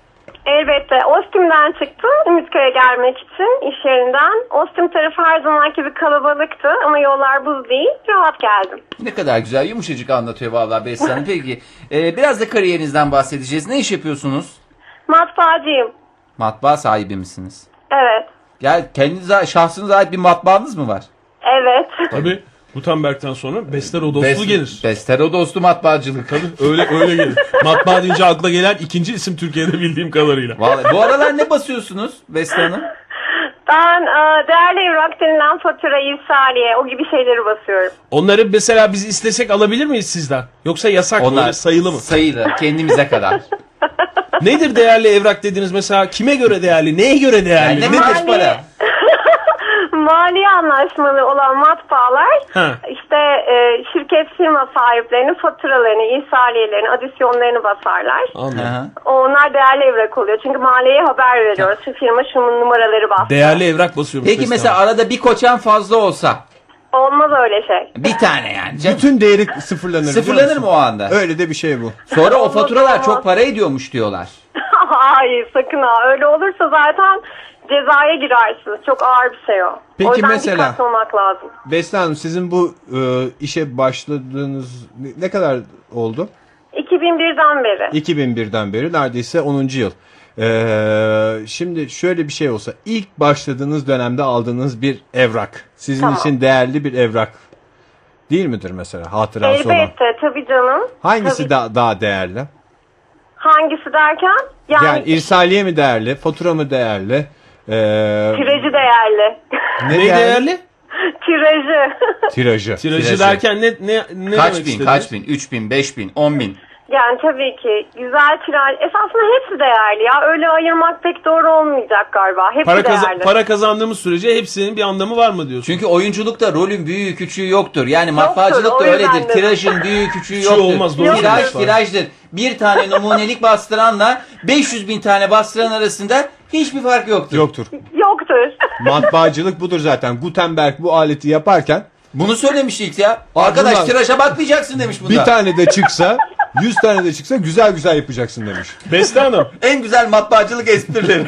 Speaker 11: Elbette. Ostim'den çıktım Ümitköy'e gelmek için iş yerinden. Ostim tarafı her zamanki gibi kalabalıktı ama yollar buz değil. Rahat geldim.
Speaker 2: Ne kadar güzel yumuşacık anlatıyor vallahi Beste Hanım. Peki e, biraz da kariyerinizden bahsedeceğiz. Ne iş yapıyorsunuz?
Speaker 11: Matbaacıyım.
Speaker 2: Matbaa sahibi misiniz?
Speaker 11: Evet.
Speaker 2: Ya kendinize şahsınıza ait bir matbaanız mı var?
Speaker 11: Evet.
Speaker 3: Tabii Gutenberg'den sonra Bester Odoslu
Speaker 2: Bes-
Speaker 3: gelir.
Speaker 2: Bestero dostu matbaacılık.
Speaker 3: Öyle öyle gelir. Matbaa deyince akla gelen ikinci isim Türkiye'de bildiğim kadarıyla.
Speaker 2: Vallahi bu aralar ne basıyorsunuz Beste Hanım?
Speaker 11: Ben e, değerli evrak denilen fatura, irsaliye o gibi şeyleri basıyorum.
Speaker 3: Onları mesela biz istesek alabilir miyiz sizden? Yoksa yasak mı? Öyle sayılı mı?
Speaker 2: Sayılı. Kendimize kadar.
Speaker 3: Nedir değerli evrak dediniz mesela? Kime göre değerli? Neye göre değerli?
Speaker 2: Yani ne kaç para?
Speaker 11: Mali anlaşmalı olan matbaalar
Speaker 3: Ha.
Speaker 11: işte e, şirket firma sahiplerinin faturalarını, irsaliyelerini, adisyonlarını basarlar.
Speaker 2: Hı
Speaker 3: Anladım.
Speaker 2: hı.
Speaker 11: Onlar değerli evrak oluyor. Çünkü maliye haber veriyoruz. Şu firma şunun numaraları bas.
Speaker 3: Değerli evrak basıyormuş.
Speaker 2: Peki
Speaker 3: Beste
Speaker 2: mesela
Speaker 3: Hanım.
Speaker 2: arada bir koçan fazla olsa.
Speaker 11: Olmaz öyle şey.
Speaker 2: Bir tane yani. Canım.
Speaker 1: Bütün değeri sıfırlanır. biliyor
Speaker 2: Sıfırlanır
Speaker 1: musun?
Speaker 2: mı o anda?
Speaker 1: Öyle de bir şey bu.
Speaker 2: Sonra o faturalar çok para ediyormuş diyorlar.
Speaker 11: Hayır sakın ha. Öyle olursa zaten cezaya girersiniz. Çok ağır bir şey o.
Speaker 1: Peki
Speaker 11: o yüzden
Speaker 1: mesela-
Speaker 11: dikkatli olmak lazım.
Speaker 1: Beste Hanım sizin bu e, işe başladığınız ne- ne kadar oldu?
Speaker 11: 2001'den beri.
Speaker 1: 2001'den beri neredeyse 10. yıl. Ee, şimdi şöyle bir şey olsa ilk başladığınız dönemde aldığınız bir evrak sizin
Speaker 11: Tamam.
Speaker 1: için değerli bir evrak değil midir mesela hatırası olan?
Speaker 11: Elbette tabii canım.
Speaker 1: Hangisi
Speaker 11: Tabii.
Speaker 1: da- daha değerli?
Speaker 11: Hangisi derken? Yani,
Speaker 1: Yani, irsaliye mi değerli, fatura mı değerli? Ee,
Speaker 11: tirajı değerli.
Speaker 1: ne
Speaker 3: ne değerli?
Speaker 11: tirajı.
Speaker 1: Tirajı.
Speaker 3: Tirajı
Speaker 2: Tirajı.
Speaker 3: derken ne ne ne
Speaker 2: kaç bin,
Speaker 3: demek istediniz?
Speaker 2: kaç bin, üç bin, beş bin, on bin.
Speaker 11: yani tabii ki güzel tiraj. Esasında hepsi değerli ya. Öyle ayırmak pek doğru olmayacak galiba. Hepsi
Speaker 3: Para, kaza-
Speaker 11: değerli.
Speaker 3: para kazandığımız sürece hepsinin bir anlamı var mı diyorsun?
Speaker 2: Çünkü oyunculukta rolün büyüğü küçüğü yoktur. Yani matbaacılık
Speaker 11: o
Speaker 2: da
Speaker 11: yüzden
Speaker 2: öyledir.
Speaker 11: de.
Speaker 2: Tirajın büyüğü küçüğü yoktur.
Speaker 3: olmaz, doğru
Speaker 2: Tiraj
Speaker 3: diyorsun.
Speaker 2: tirajdır. Bir tane numunelik bastıranla 500 bin tane bastıran arasında hiçbir fark yoktur.
Speaker 1: Yoktur.
Speaker 11: Yoktur.
Speaker 1: Matbaacılık budur zaten. Gutenberg bu aleti yaparken
Speaker 2: Bunu söylemiş ilk ya. Arkadaş
Speaker 1: bunlar-
Speaker 2: tiraja bakmayacaksın demiş bunda.
Speaker 1: bir tane de çıksa 100 tane de çıksa güzel güzel yapacaksın demiş.
Speaker 3: Beste Hanım.
Speaker 2: En güzel matbaacılık esprileri.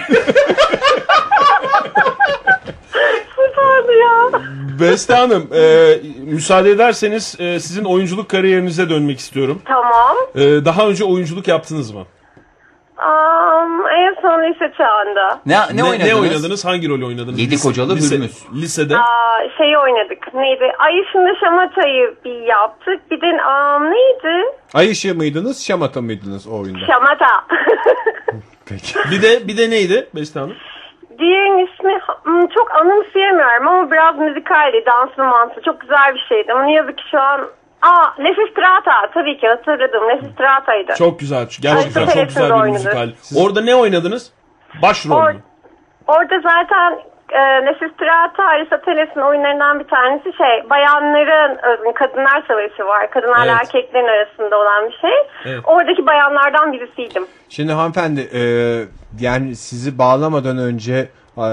Speaker 11: Süperdi ya.
Speaker 3: Beste Hanım, e, müsaade ederseniz e, sizin oyunculuk kariyerinize dönmek istiyorum.
Speaker 11: Tamam.
Speaker 3: E, daha önce oyunculuk yaptınız mı?
Speaker 11: Am, en son lise çağında.
Speaker 2: ne, ne, oynadınız?
Speaker 3: Hangi rolü oynadınız?
Speaker 2: Yedi kocalı Hürmüz.
Speaker 3: Lisede.
Speaker 11: Aa, şey oynadık. Neydi? Ay ışığında şamatayı bir yaptık. Bir de am, neydi?
Speaker 1: Ay ışığı mıydınız, şamata mıydınız o oyunda?
Speaker 11: Şamata.
Speaker 3: Bir de bir de neydi Beste Hanım?
Speaker 11: Diğerinin ismi hmm, çok anımsayamıyorum ama biraz müzikaldi. Danslı manslı. Çok güzel bir şeydi. Ama ne yazık ki şu an... Aa, Lefistrata. Tabii ki hatırladım. Lefistrata'ydı.
Speaker 3: Çok güzel. Gerçekten
Speaker 11: Ay, süper
Speaker 3: çok güzel bir
Speaker 11: oynadı.
Speaker 3: müzikal. Orada ne oynadınız? Başrol
Speaker 11: Or-
Speaker 3: mü?
Speaker 11: orada zaten e, Lefistrata Aristoteles'in oyunlarından bir tanesi şey bayanların e, kadınlar savaşı var. Kadınlarla
Speaker 3: Evet.
Speaker 11: erkeklerin arasında olan bir şey.
Speaker 3: Evet.
Speaker 11: Oradaki bayanlardan birisiydim.
Speaker 1: Şimdi hanımefendi e, yani sizi bağlamadan önce e,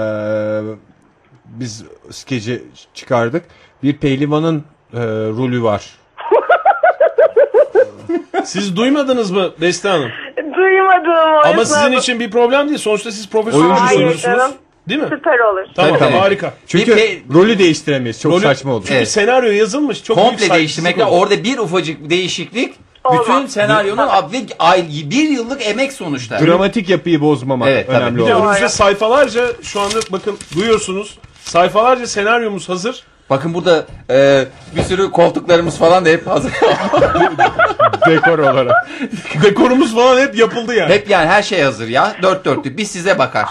Speaker 1: biz skeci çıkardık. Bir pehlivanın e, rolü var.
Speaker 3: Siz duymadınız mı Beste Hanım?
Speaker 11: Duymadım o
Speaker 3: Ama
Speaker 11: esnada.
Speaker 3: sizin için bir problem değil. Sonuçta siz
Speaker 1: Oyuncusunuz.
Speaker 3: profesyonel
Speaker 11: Hayır
Speaker 3: oyuncusunuz.
Speaker 11: canım.
Speaker 3: Değil mi?
Speaker 11: süper olur.
Speaker 3: Tamam,
Speaker 2: Tabii.
Speaker 3: harika.
Speaker 1: Çünkü
Speaker 2: Bir pe-
Speaker 1: rolü değiştiremeyiz. Çok
Speaker 3: Rolü-
Speaker 1: saçma olur.
Speaker 3: Çünkü
Speaker 2: Evet.
Speaker 3: senaryo yazılmış. Çok büyük
Speaker 2: Komple
Speaker 3: saygısızlık
Speaker 2: değiştirmekle
Speaker 3: olur.
Speaker 2: orada bir ufacık değişiklik
Speaker 11: Olmaz.
Speaker 2: bütün senaryonun abi- ay, bir yıllık emek sonuçta.
Speaker 1: Dramatik yapıyı bozmamak
Speaker 2: Evet, tabii.
Speaker 1: önemli
Speaker 2: Bir de
Speaker 1: olan.
Speaker 3: Önümüzde sayfalarca şu anda bakın duyuyorsunuz. Sayfalarca senaryomuz hazır.
Speaker 2: Bakın burada e, bir sürü koltuklarımız falan da hep hazır.
Speaker 1: Dekor olarak.
Speaker 3: Dekorumuz falan hep yapıldı yani.
Speaker 2: hep yani her şey hazır ya. Dört dörtlük. Biz size bakar.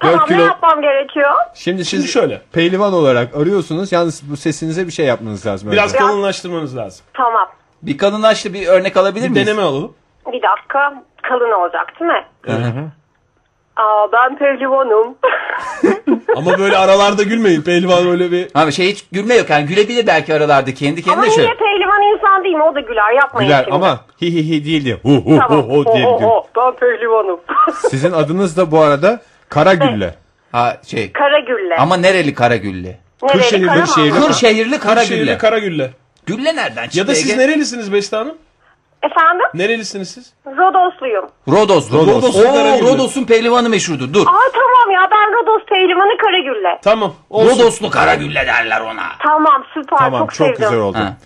Speaker 11: Tamam
Speaker 1: kilo-
Speaker 11: ne yapmam gerekiyor?
Speaker 1: Şimdi
Speaker 3: Şimdi
Speaker 1: siz
Speaker 3: şöyle.
Speaker 1: pehlivan olarak arıyorsunuz. Yalnız bu sesinize bir şey yapmanız lazım.
Speaker 3: Biraz
Speaker 1: önce.
Speaker 3: kalınlaştırmanız lazım.
Speaker 11: Tamam.
Speaker 2: Bir kalınlaşlı bir örnek alabilir
Speaker 3: Bir
Speaker 2: miyiz?
Speaker 3: deneme alalım.
Speaker 11: Bir dakika kalın olacak değil mi? Aa ben pehlivanım.
Speaker 3: Ama böyle aralarda gülmeyin. Pehlivan öyle bir...
Speaker 2: Abi şey hiç gülme yok yani gülebilir belki aralarda kendi
Speaker 11: Ama
Speaker 2: kendine şöyle.
Speaker 11: niye pehlivan insan değil mi? O da güler yapmayın
Speaker 1: şey- Güler
Speaker 11: şimdi.
Speaker 1: ama hi hi hi değil diye. Hu hu hu
Speaker 11: Tamam.
Speaker 1: hu
Speaker 11: o,
Speaker 1: diye
Speaker 11: o,
Speaker 1: gidiyor.
Speaker 11: o. Ben pehlivanım.
Speaker 1: Sizin adınız da bu arada Karagülle.
Speaker 2: Ha şey.
Speaker 11: Karagülle.
Speaker 2: Ama nereli Karagülle?
Speaker 11: Nereli?
Speaker 3: Kırşehir,
Speaker 11: Karaman.
Speaker 1: Kırşehir'de- şey
Speaker 2: Kırşehirli Karagülle.
Speaker 3: Karagülle. Karagülle.
Speaker 2: Gülle nereden çıktı?
Speaker 3: Ya da siz
Speaker 2: Ege?
Speaker 3: nerelisiniz Beste Hanım?
Speaker 11: Efendim?
Speaker 3: Nerelisiniz siz?
Speaker 11: Rodosluyum.
Speaker 2: Rodos.
Speaker 1: Rodos.
Speaker 2: Rodos. Oo, Rodos'un pehlivanı meşhurdur. Dur.
Speaker 11: Aa tamam ya ben Rodos pehlivanı Karagülle.
Speaker 3: Tamam. Olsun.
Speaker 2: Rodoslu Karagülle derler ona.
Speaker 11: Tamam süper
Speaker 1: Tamam çok,
Speaker 11: çok, sevdim.
Speaker 1: güzel oldu.
Speaker 2: Ha.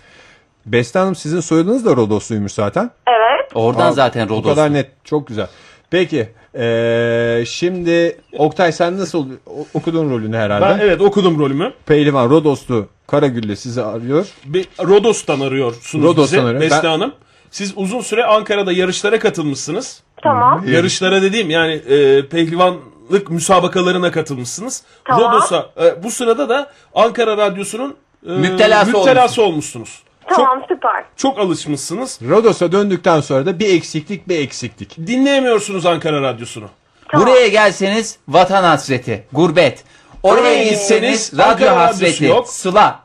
Speaker 1: Beste Hanım sizin soyadınız da Rodosluymuş zaten.
Speaker 11: Evet.
Speaker 2: Oradan
Speaker 1: Aa,
Speaker 2: zaten
Speaker 1: Bu kadar
Speaker 2: Rodoslu.
Speaker 1: net. Çok güzel. Peki. eee, şimdi Oktay sen nasıl o- okudun rolünü herhalde?
Speaker 3: Ben evet okudum rolümü.
Speaker 1: Pehlivan Rodoslu Karagülle sizi arıyor.
Speaker 3: Bir Rodos'tan arıyorsunuz
Speaker 1: Rodos'tan
Speaker 3: bizi
Speaker 1: arıyorum.
Speaker 3: Beste
Speaker 1: Ben-
Speaker 3: Hanım. Siz uzun süre Ankara'da yarışlara katılmışsınız.
Speaker 11: Tamam.
Speaker 3: Yarışlara dediğim yani e, pehlivanlık müsabakalarına katılmışsınız.
Speaker 11: Tamam.
Speaker 3: Rodos'a e, bu sırada da Ankara Radyosu'nun e,
Speaker 2: Müptelası
Speaker 3: müptelası olmuşsunuz.
Speaker 11: Tamam süper.
Speaker 3: Çok alışmışsınız.
Speaker 1: Rodos'a döndükten sonra da bir eksiklik bir eksiklik.
Speaker 3: Dinleyemiyorsunuz Ankara Radyosu'nu.
Speaker 11: Tamam.
Speaker 2: Buraya gelseniz vatan hasreti, gurbet. Oraya gitseniz
Speaker 3: Ankara
Speaker 2: radyo
Speaker 3: radyosu
Speaker 2: hasreti,
Speaker 3: yok.
Speaker 2: sıla.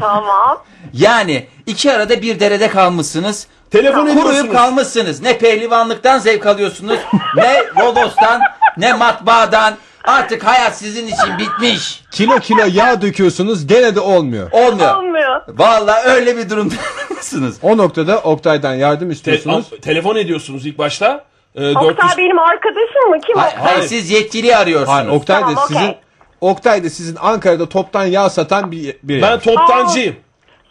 Speaker 11: Tamam.
Speaker 2: Yani iki arada bir derede kalmışsınız.
Speaker 3: Telefon
Speaker 2: Kuruyup
Speaker 3: ediyorsunuz.
Speaker 2: kalmışsınız. Ne pehlivanlıktan zevk alıyorsunuz, ne Rodos'tan, ne matbaadan. Artık hayat sizin için bitmiş.
Speaker 1: Kilo kilo yağ döküyorsunuz gene de olmuyor.
Speaker 2: Olmuyor.
Speaker 11: Olmuyor.
Speaker 2: Vallahi öyle bir durumdasınız.
Speaker 1: O noktada Oktay'dan yardım
Speaker 3: Te-
Speaker 1: istiyorsunuz.
Speaker 3: an- telefon ediyorsunuz ilk başta. E,
Speaker 11: Oktay
Speaker 3: 400
Speaker 11: benim arkadaşım mı? Kim o?
Speaker 2: Hayır, hayır, siz yetkili arıyorsunuz.
Speaker 1: Hayır, Oktay da
Speaker 11: Tamam, okey.
Speaker 1: sizin Oktay da sizin Ankara'da toptan yağ satan bir, bir
Speaker 3: Ben
Speaker 1: yer.
Speaker 3: toptancıyım.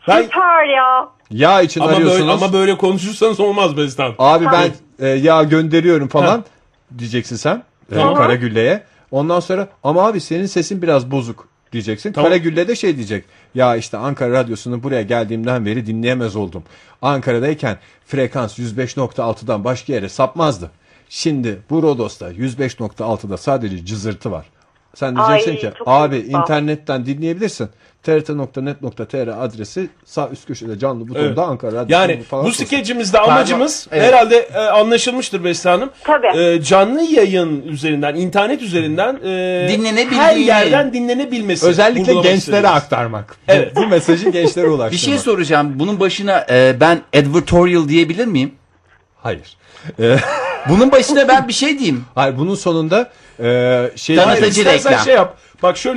Speaker 3: Ben
Speaker 11: Süper ya.
Speaker 1: yağ için
Speaker 3: ama
Speaker 1: arıyorsunuz.
Speaker 3: böyle, ama böyle konuşursanız olmaz Beste Hanım.
Speaker 1: Abi ben e, yağ gönderiyorum falan diyeceksin sen e,
Speaker 3: Tamam.
Speaker 1: Karagülle'ye. Ondan sonra ama abi senin sesin biraz bozuk diyeceksin.
Speaker 3: Tamam.
Speaker 1: Karagülle de şey diyecek. Ya işte Ankara Radyosu'nu buraya geldiğimden beri dinleyemez oldum. Ankara'dayken frekans 105.6'dan başka yere sapmazdı. Şimdi bu Rodos'ta 105.6'da sadece cızırtı var. Sen diyeceksin
Speaker 11: Ay,
Speaker 1: ki
Speaker 11: çok
Speaker 1: abi
Speaker 11: güzel.
Speaker 1: internetten dinleyebilirsin. trt.net.tr adresi sağ üst köşede canlı butonda
Speaker 3: Evet.
Speaker 1: Ankara Radyosu
Speaker 3: Yani
Speaker 1: falan
Speaker 3: bu
Speaker 1: sosyal-
Speaker 3: skecimizde amacımız
Speaker 2: evet.
Speaker 3: herhalde e, anlaşılmıştır Beste Hanım.
Speaker 11: Tabii.
Speaker 3: E, canlı yayın üzerinden, internet üzerinden e,
Speaker 2: Dinlenebildiği-
Speaker 3: her yerden dinlenebilmesi.
Speaker 1: Özellikle
Speaker 3: Vurgulamak
Speaker 1: gençlere
Speaker 3: istediğimiz.
Speaker 1: aktarmak. Bu-
Speaker 3: Evet.
Speaker 1: Bu, mesajı gençlere ulaştırmak.
Speaker 2: Bir şey soracağım. Bunun başına e, ben advertorial diyebilir miyim?
Speaker 1: Hayır.
Speaker 2: Bunun başına ben bir şey diyeyim.
Speaker 1: Hayır bunun sonunda e, şey
Speaker 2: Tanıtıcı
Speaker 3: İstersen
Speaker 2: reklam.
Speaker 3: şey yap. Bak şöyle